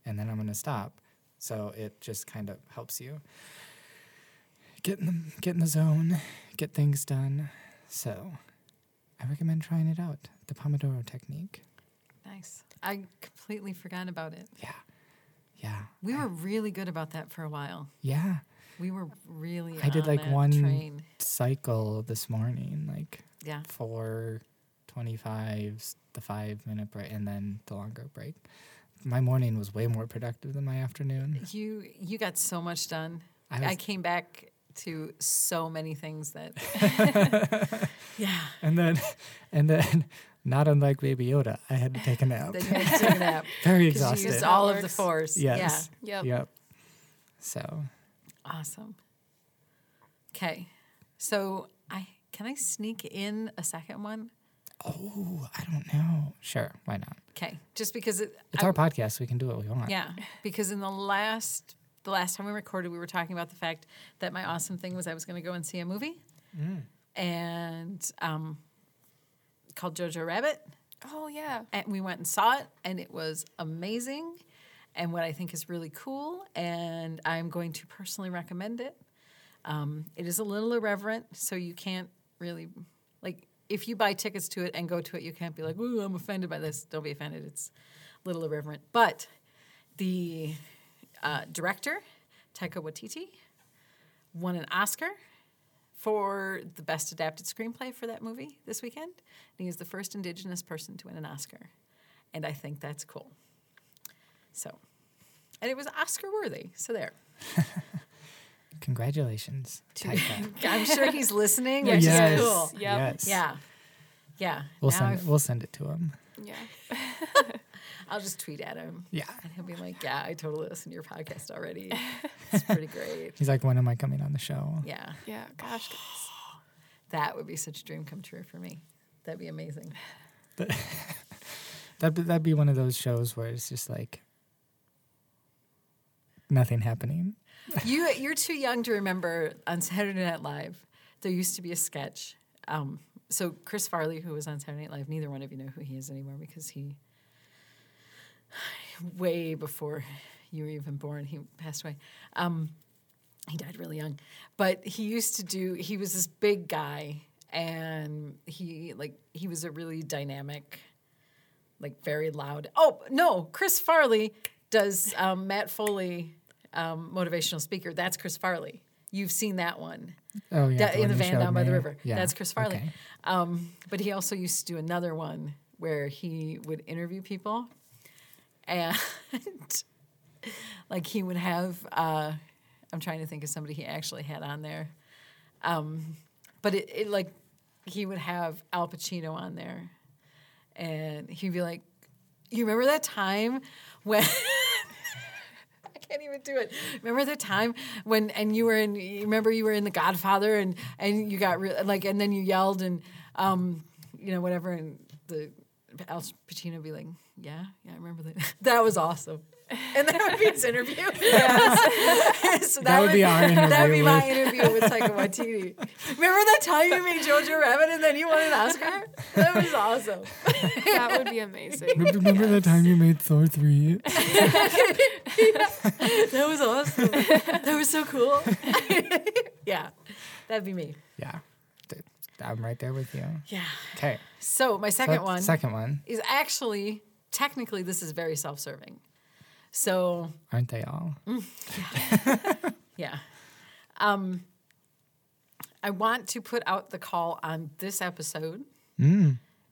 [SPEAKER 1] and then I'm going to stop. So it just kind of helps you get in the, get in the zone, get things done. So I recommend trying it out the Pomodoro technique.
[SPEAKER 3] Nice. I completely forgot about it.
[SPEAKER 1] Yeah. Yeah.
[SPEAKER 3] We were really good about that for a while.
[SPEAKER 1] Yeah.
[SPEAKER 3] We were really.
[SPEAKER 1] I did
[SPEAKER 3] on
[SPEAKER 1] like
[SPEAKER 3] that
[SPEAKER 1] one
[SPEAKER 3] Train.
[SPEAKER 1] cycle this morning, like
[SPEAKER 3] Yeah.
[SPEAKER 1] four 25s, the five minute break, and then the longer break. My morning was way more productive than my afternoon.
[SPEAKER 3] You you got so much done.
[SPEAKER 1] I
[SPEAKER 3] I,
[SPEAKER 1] was-
[SPEAKER 3] came back to so many things that. yeah.
[SPEAKER 1] And then, and then, not unlike Baby Yoda, I had to take a nap.
[SPEAKER 3] That you had to do that.
[SPEAKER 1] Very
[SPEAKER 3] 'Cause You
[SPEAKER 1] exhausted.
[SPEAKER 3] used
[SPEAKER 2] That
[SPEAKER 3] all of the
[SPEAKER 2] works.
[SPEAKER 3] force.
[SPEAKER 1] Yes.
[SPEAKER 2] Yep.
[SPEAKER 1] Yep. So
[SPEAKER 3] Yeah. Awesome. Okay. So I can I sneak in a second one?
[SPEAKER 1] Oh, I don't know. Sure, why not?
[SPEAKER 3] Okay. Just because it,
[SPEAKER 1] It's
[SPEAKER 3] I-
[SPEAKER 1] our podcast. We can do what we want.
[SPEAKER 3] Yeah, because in the last the last time we recorded, we were talking about the fact that my awesome thing was I was going to go and see a movie, and um, called Jojo Rabbit,
[SPEAKER 2] Oh yeah.
[SPEAKER 3] and we went and saw it, and it was amazing, and what I think is really cool, and I'm going to personally recommend it. Um, it is a little irreverent, so you can't really like if you buy tickets to it and go to it, you can't be like, "Ooh, I'm offended by this." Don't be offended. It's a little irreverent, but the uh, director Taika Waititi won an Oscar for the best adapted screenplay for that movie this weekend, and he is the first Indigenous person to win an Oscar, and I think that's cool. So, and it was Oscar worthy. So there.
[SPEAKER 1] Congratulations, Taika.
[SPEAKER 3] I'm sure he's listening,
[SPEAKER 2] Yeah,
[SPEAKER 3] which
[SPEAKER 2] Yes.
[SPEAKER 3] is cool.
[SPEAKER 2] Yep.
[SPEAKER 1] Yes.
[SPEAKER 3] Yeah. Yeah.
[SPEAKER 1] We'll
[SPEAKER 3] now
[SPEAKER 1] send
[SPEAKER 3] I've-
[SPEAKER 1] we'll send it to him.
[SPEAKER 2] Yeah.
[SPEAKER 3] I'll just tweet at him.
[SPEAKER 1] Yeah.
[SPEAKER 3] And he'll be like, yeah, I totally listened to your podcast already. It's pretty great.
[SPEAKER 1] He's like, when am I coming on the show?
[SPEAKER 3] Yeah.
[SPEAKER 2] Yeah. Gosh. guys.
[SPEAKER 3] That would be such a dream come true for me. That'd be amazing.
[SPEAKER 1] That that'd be one of those shows where it's just like nothing happening.
[SPEAKER 3] You, you're too young to remember on Saturday Night Live, there used to be a sketch. Um, so Chris Farley, who was on Saturday Night Live, neither one of you know who he is anymore because he, way before you were even born, he passed away. Um, he died really young but he used to do he was this big guy and he like he was a really dynamic like very loud oh no chris farley does um, matt foley um, motivational speaker that's chris farley you've seen that one
[SPEAKER 1] Oh yeah,
[SPEAKER 3] Da- in
[SPEAKER 1] one
[SPEAKER 3] the
[SPEAKER 1] you
[SPEAKER 3] van
[SPEAKER 1] showed
[SPEAKER 3] down by the
[SPEAKER 1] me.
[SPEAKER 3] river.
[SPEAKER 1] Yeah.
[SPEAKER 3] That's Chris Farley.
[SPEAKER 1] Okay.
[SPEAKER 3] Um, but he also used to do another one where he would interview people, and like he would have. Uh, I'm trying to think of somebody he actually had on there, um, but it, it like he would have Al Pacino on there, and he'd be like, "You remember that time when?" I can't even do it. Remember the time when and you were in you remember you were in The Godfather and and you got re- like and then you yelled and um you know whatever and the Al Pacino would be like yeah yeah I remember that that was awesome and that would be his interview. so that,
[SPEAKER 1] would be our
[SPEAKER 3] That would be
[SPEAKER 1] interview
[SPEAKER 3] my
[SPEAKER 1] with-
[SPEAKER 3] interview with Taika Waititi. Remember that time you made Jojo Rabbit and then you won an Oscar? That was awesome.
[SPEAKER 2] That would be amazing.
[SPEAKER 1] Remember, remember that time you made Thor three?
[SPEAKER 3] That was awesome. that was so cool. yeah, that'd be me.
[SPEAKER 1] yeah, Th- I'm right there with you.
[SPEAKER 3] Yeah.
[SPEAKER 1] Okay,
[SPEAKER 3] So my second one
[SPEAKER 1] Second one,
[SPEAKER 3] is actually technically this is very self-serving. So
[SPEAKER 1] aren't they all?
[SPEAKER 3] yeah, um, I want to put out the call on this episode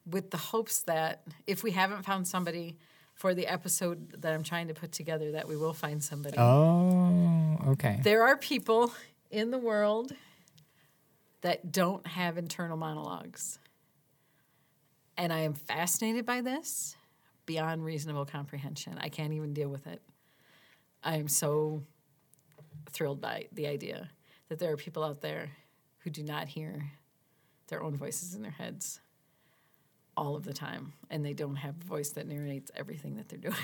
[SPEAKER 3] with the hopes that if we haven't found somebody for the episode that I'm trying to put together, that we will find somebody.
[SPEAKER 1] Oh, okay.
[SPEAKER 3] There are people in the world that don't have internal monologues. And I am fascinated by this beyond reasonable comprehension. I can't even deal with it. I am so thrilled by the idea that there are people out there who do not hear their own voices in their heads all of the time, and they don't have a voice that narrates everything that they're doing.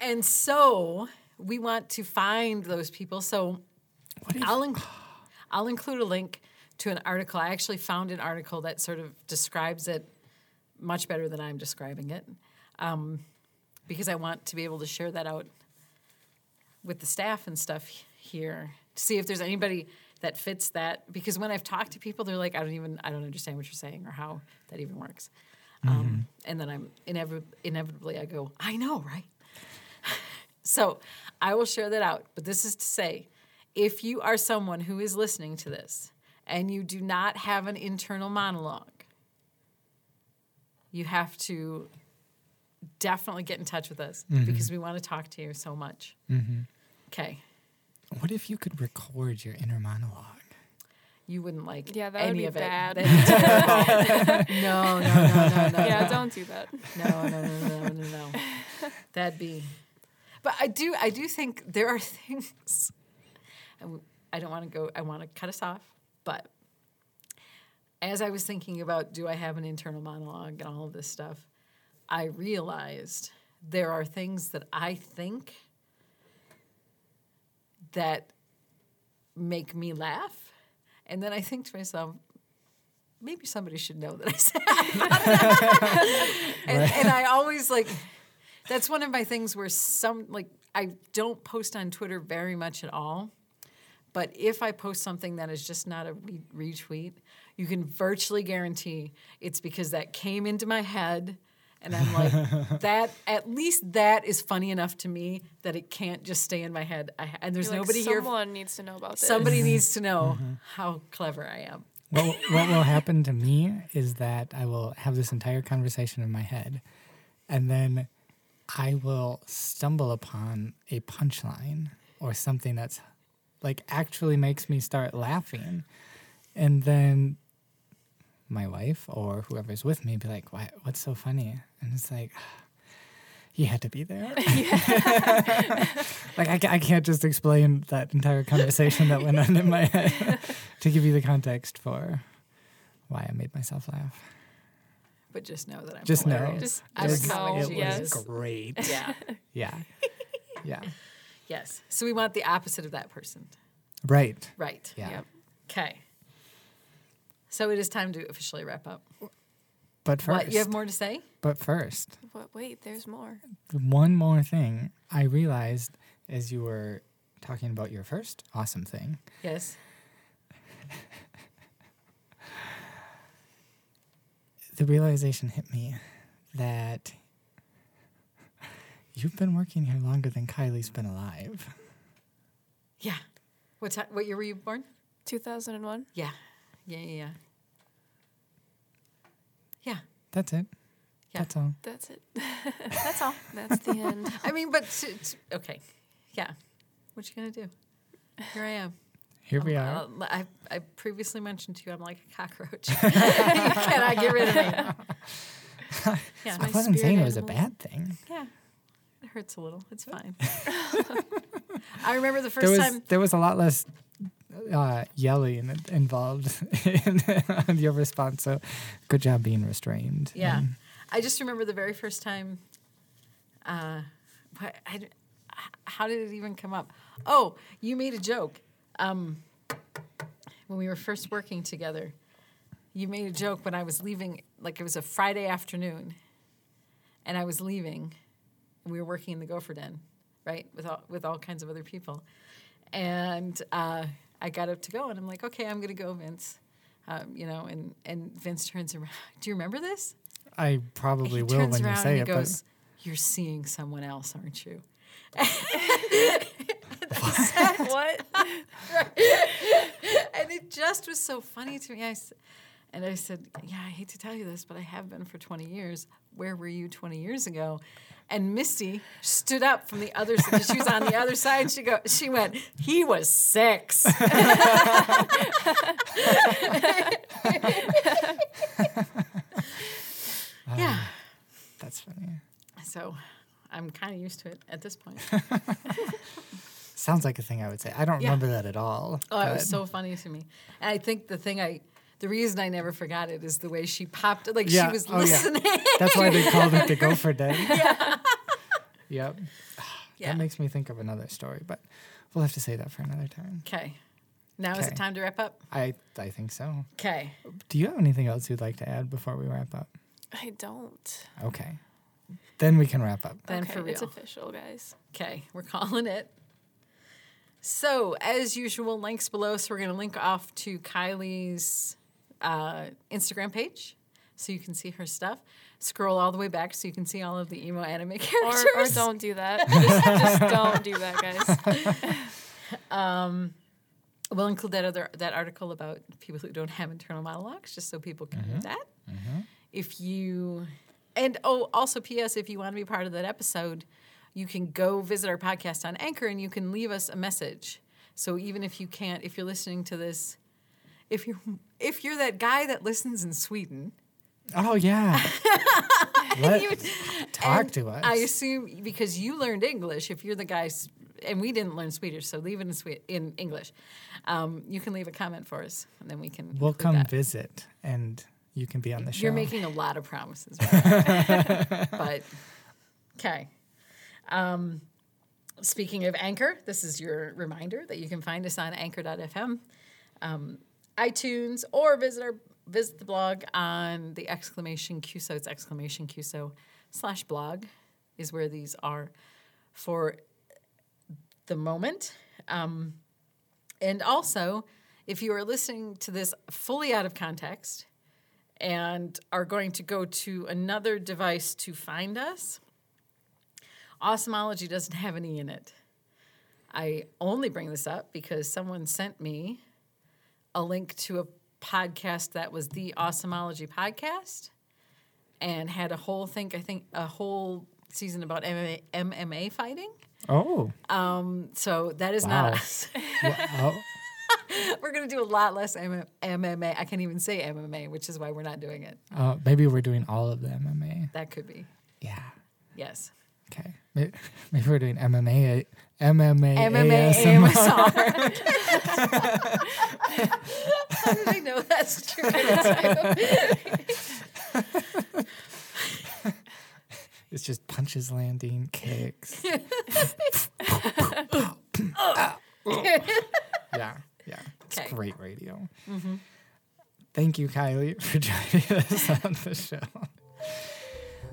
[SPEAKER 3] and so we want to find those people. So I'll, inc- I'll include a link to an article. I actually found an article that sort of describes it much better than I'm describing it um, because I want to be able to share that out with the staff and stuff h- here to see if there's anybody that fits that because when i've talked to people they're like i don't even i don't understand what you're saying or how that even works um, and then i'm inevi- inevitably i go i know right So I will share that out. But this is to say if you are someone who is listening to this and you do not have an internal monologue, you have to definitely get in touch with us because we want to talk to you so much. Okay.
[SPEAKER 1] What if you could record your inner monologue?
[SPEAKER 3] You wouldn't like
[SPEAKER 2] Yeah, that would
[SPEAKER 3] any
[SPEAKER 2] be
[SPEAKER 3] of
[SPEAKER 2] bad.
[SPEAKER 3] it. That'd be terrible. no, no, no, no, no.
[SPEAKER 2] yeah,
[SPEAKER 3] no.
[SPEAKER 2] don't do that.
[SPEAKER 3] No, no, no, no, no, no. That'd be. But I do, I do think there are things. I w- I don't want to go. I want to cut us off. But as I was thinking about, do I have an internal monologue and all of this stuff, I realized there are things that I think that make me laugh, and then I think to myself. Maybe somebody should know that I said and, and I always like that's one of my things where some like I don't post on Twitter very much at all. But if I post something that is just not a re- retweet, you can virtually guarantee it's because that came into my head and I'm like that at least that is funny enough to me that it can't just stay in my head. I, ha- and there's
[SPEAKER 2] You're like,
[SPEAKER 3] nobody here
[SPEAKER 2] Someone needs to know about this.
[SPEAKER 3] somebody needs to know
[SPEAKER 1] Mm-hmm.
[SPEAKER 3] how clever I am.
[SPEAKER 1] What, what will happen to me is that I will have this entire conversation in my head, and then I will stumble upon a punchline or something that's like actually makes me start laughing. And then my wife or whoever's with me be like, "Why? What's so funny?" And it's like, "You had to be there." like I, ca- I can't just explain that entire conversation that went on in my head to give you the context for why I made myself laugh.
[SPEAKER 3] But just know that I'm
[SPEAKER 1] Just know.
[SPEAKER 3] hilarious.
[SPEAKER 2] Just-
[SPEAKER 3] I'm
[SPEAKER 2] just
[SPEAKER 3] a comic
[SPEAKER 2] know,
[SPEAKER 1] it
[SPEAKER 3] genius.
[SPEAKER 2] yes.
[SPEAKER 1] was great.
[SPEAKER 3] Yeah.
[SPEAKER 1] Yeah, yeah,
[SPEAKER 3] Yes. So we want the opposite of that person.
[SPEAKER 1] right.
[SPEAKER 3] Right.
[SPEAKER 1] Yeah.
[SPEAKER 2] Yep.
[SPEAKER 3] Okay. So it is time to officially wrap up.
[SPEAKER 1] But first,
[SPEAKER 3] What you have more to say?
[SPEAKER 1] but first,
[SPEAKER 2] But wait, there's more.
[SPEAKER 1] one more thing I realized as you were talking about your first awesome thing
[SPEAKER 3] Yes.
[SPEAKER 1] the realization hit me that you've been working here longer than Kylie's been alive.
[SPEAKER 3] Yeah. What time, what year were you born?
[SPEAKER 2] 2001.
[SPEAKER 3] Yeah. Yeah. Yeah. Yeah. Yeah.
[SPEAKER 1] That's it.
[SPEAKER 3] Yeah.
[SPEAKER 1] That's all.
[SPEAKER 2] That's it.
[SPEAKER 3] That's all.
[SPEAKER 2] That's the end.
[SPEAKER 3] I mean, but t- t- okay. Yeah. What you gonna do? Here I am.
[SPEAKER 1] Here we
[SPEAKER 3] I'm-
[SPEAKER 1] are.
[SPEAKER 3] I'll- Um, I, I previously mentioned to you, I'm like a cockroach. you cannot get rid of me. Yeah.
[SPEAKER 1] I
[SPEAKER 2] my
[SPEAKER 1] wasn't saying it
[SPEAKER 2] spirit
[SPEAKER 1] was a
[SPEAKER 2] animal.
[SPEAKER 1] bad thing.
[SPEAKER 3] Yeah. It hurts a little. It's fine. I remember the
[SPEAKER 1] there
[SPEAKER 3] first
[SPEAKER 1] was
[SPEAKER 3] time.
[SPEAKER 1] there was a lot less uh, yelling in- involved in your response. So good job being restrained.
[SPEAKER 3] Yeah. I just remember the very first time. Uh, what, I d- h- how did it even come up? Oh, you made a joke. Um, when we were first working together, you made a joke when I was leaving, like it was a Friday afternoon, and I was leaving, and we were working in the Gopher Den, right, with all, with all kinds of other people. And uh, I got up to go, and I'm like, okay, I'm gonna go, Vince. Um, you know, and, and Vince turns around. Do you remember this?
[SPEAKER 1] I probably
[SPEAKER 3] he
[SPEAKER 1] will
[SPEAKER 3] turns
[SPEAKER 1] when you
[SPEAKER 3] around
[SPEAKER 1] say it.
[SPEAKER 3] and he goes, "You're seeing someone else, aren't you?"
[SPEAKER 2] what?
[SPEAKER 3] And it just was so funny to me. I s- and I said, "Yeah, I hate to tell you this, but I have been for 20 years. Where were you 20 years ago?" And Misty stood up from the other side. She was on the other side. She go. She went. He was six.
[SPEAKER 1] but,
[SPEAKER 3] Yeah.
[SPEAKER 1] um, that's funny.
[SPEAKER 3] So, I'm kind of used to it at this point.
[SPEAKER 1] Sounds like a thing I would say. I don't
[SPEAKER 3] Yeah.
[SPEAKER 1] remember that at all.
[SPEAKER 3] Oh, it was
[SPEAKER 1] but-
[SPEAKER 3] so funny to me. And I think the thing I, the reason I never forgot it is the way she popped it. Like
[SPEAKER 1] Yeah.
[SPEAKER 3] she was
[SPEAKER 1] Oh, yeah.
[SPEAKER 3] listening.
[SPEAKER 1] That's why they called it the Gopher Den. Yeah. yep. That makes me think of another story, but we'll have to say that for another time.
[SPEAKER 3] Okay. Now is
[SPEAKER 1] Okay.
[SPEAKER 3] it time to wrap up?
[SPEAKER 1] I I think so.
[SPEAKER 3] Okay.
[SPEAKER 1] Do you have anything else you'd like to add before we wrap up?
[SPEAKER 2] I don't.
[SPEAKER 1] Okay. Then we can wrap up.
[SPEAKER 3] Then
[SPEAKER 2] okay,
[SPEAKER 3] for
[SPEAKER 2] it's
[SPEAKER 3] real.
[SPEAKER 2] official, guys.
[SPEAKER 3] Okay. We're calling it. So, as usual, links below. So, we're going to link off to Kylie's uh, Instagram page so you can see her stuff. scroll all the way back so you can see all of the emo anime
[SPEAKER 2] Or,
[SPEAKER 3] characters.
[SPEAKER 2] or don't do that. Just, just don't do that, guys.
[SPEAKER 3] We'll include that other that article about people who don't have internal monologues, just so people can
[SPEAKER 1] Mm-hmm.
[SPEAKER 3] read that. If you, and oh, also P.S. If you want to be part of that episode, you can go visit our podcast on Anchor and you can leave us a message. So even if you can't, if you're listening to this, if you if you're that guy that listens in Sweden,
[SPEAKER 1] Oh yeah. Let- talk
[SPEAKER 3] and
[SPEAKER 1] to us.
[SPEAKER 3] I assume because you learned English, if you're the guy, s- and we didn't learn Swedish, so leave it in, Swe- in English. Um, you can leave a comment for us, and then we can.
[SPEAKER 1] we'll
[SPEAKER 3] include
[SPEAKER 1] come
[SPEAKER 3] that.
[SPEAKER 1] visit and you can be on the show.
[SPEAKER 3] You're making a lot of promises, Ryan. but okay. Um, speaking of Anchor, this is your reminder that you can find us on Anchor.fm, um, iTunes, or visit our visit the blog on the exclamation QSO. It's exclamation QSO slash blog is where these are for the moment. Um, and also, if you are listening to this fully out of context and are going to go to another device to find us, Osmology doesn't have any in it. I only bring this up because someone sent me a link to a podcast that was the Osmology podcast and had a whole thing, I think, a whole season about MMA, MMA fighting.
[SPEAKER 1] oh.
[SPEAKER 3] Um, so that is
[SPEAKER 1] Wow.
[SPEAKER 3] not us.
[SPEAKER 1] wow.
[SPEAKER 3] We're going to do a lot less M- MMA. I can't even say MMA, which is why we're not doing it.
[SPEAKER 1] Uh, maybe we're doing all of the MMA.
[SPEAKER 3] That could be.
[SPEAKER 1] Yeah.
[SPEAKER 3] Yes.
[SPEAKER 1] Okay. Maybe, maybe we're doing MMA. MMA.
[SPEAKER 3] MMA
[SPEAKER 1] ASMR.
[SPEAKER 3] ASMR. How did I know that's true?
[SPEAKER 1] It's just punches landing, kicks. yeah. Yeah. It's
[SPEAKER 3] Okay.
[SPEAKER 1] great radio.
[SPEAKER 3] Mm-hmm.
[SPEAKER 1] Thank you, Kylie, for joining us on the show.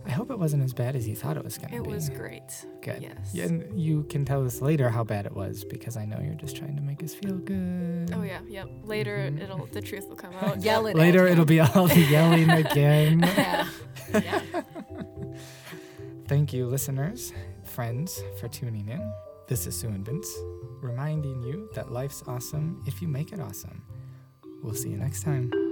[SPEAKER 1] I hope it wasn't as bad as you thought it was going to
[SPEAKER 2] It
[SPEAKER 1] be.
[SPEAKER 2] was great.
[SPEAKER 1] Good.
[SPEAKER 2] Yes.
[SPEAKER 1] Yeah, and you can tell us later how bad it was because I know you're just trying to make us feel good.
[SPEAKER 2] Oh yeah, yep. Later, it'll the truth will come out.
[SPEAKER 3] Yell it.
[SPEAKER 1] Later,
[SPEAKER 3] at
[SPEAKER 1] it'll be all the yelling again.
[SPEAKER 3] Yeah. yeah.
[SPEAKER 1] Thank you, listeners, friends, for tuning in. This is Sue and Vince, reminding you that life's awesome if you make it awesome. We'll see you next time.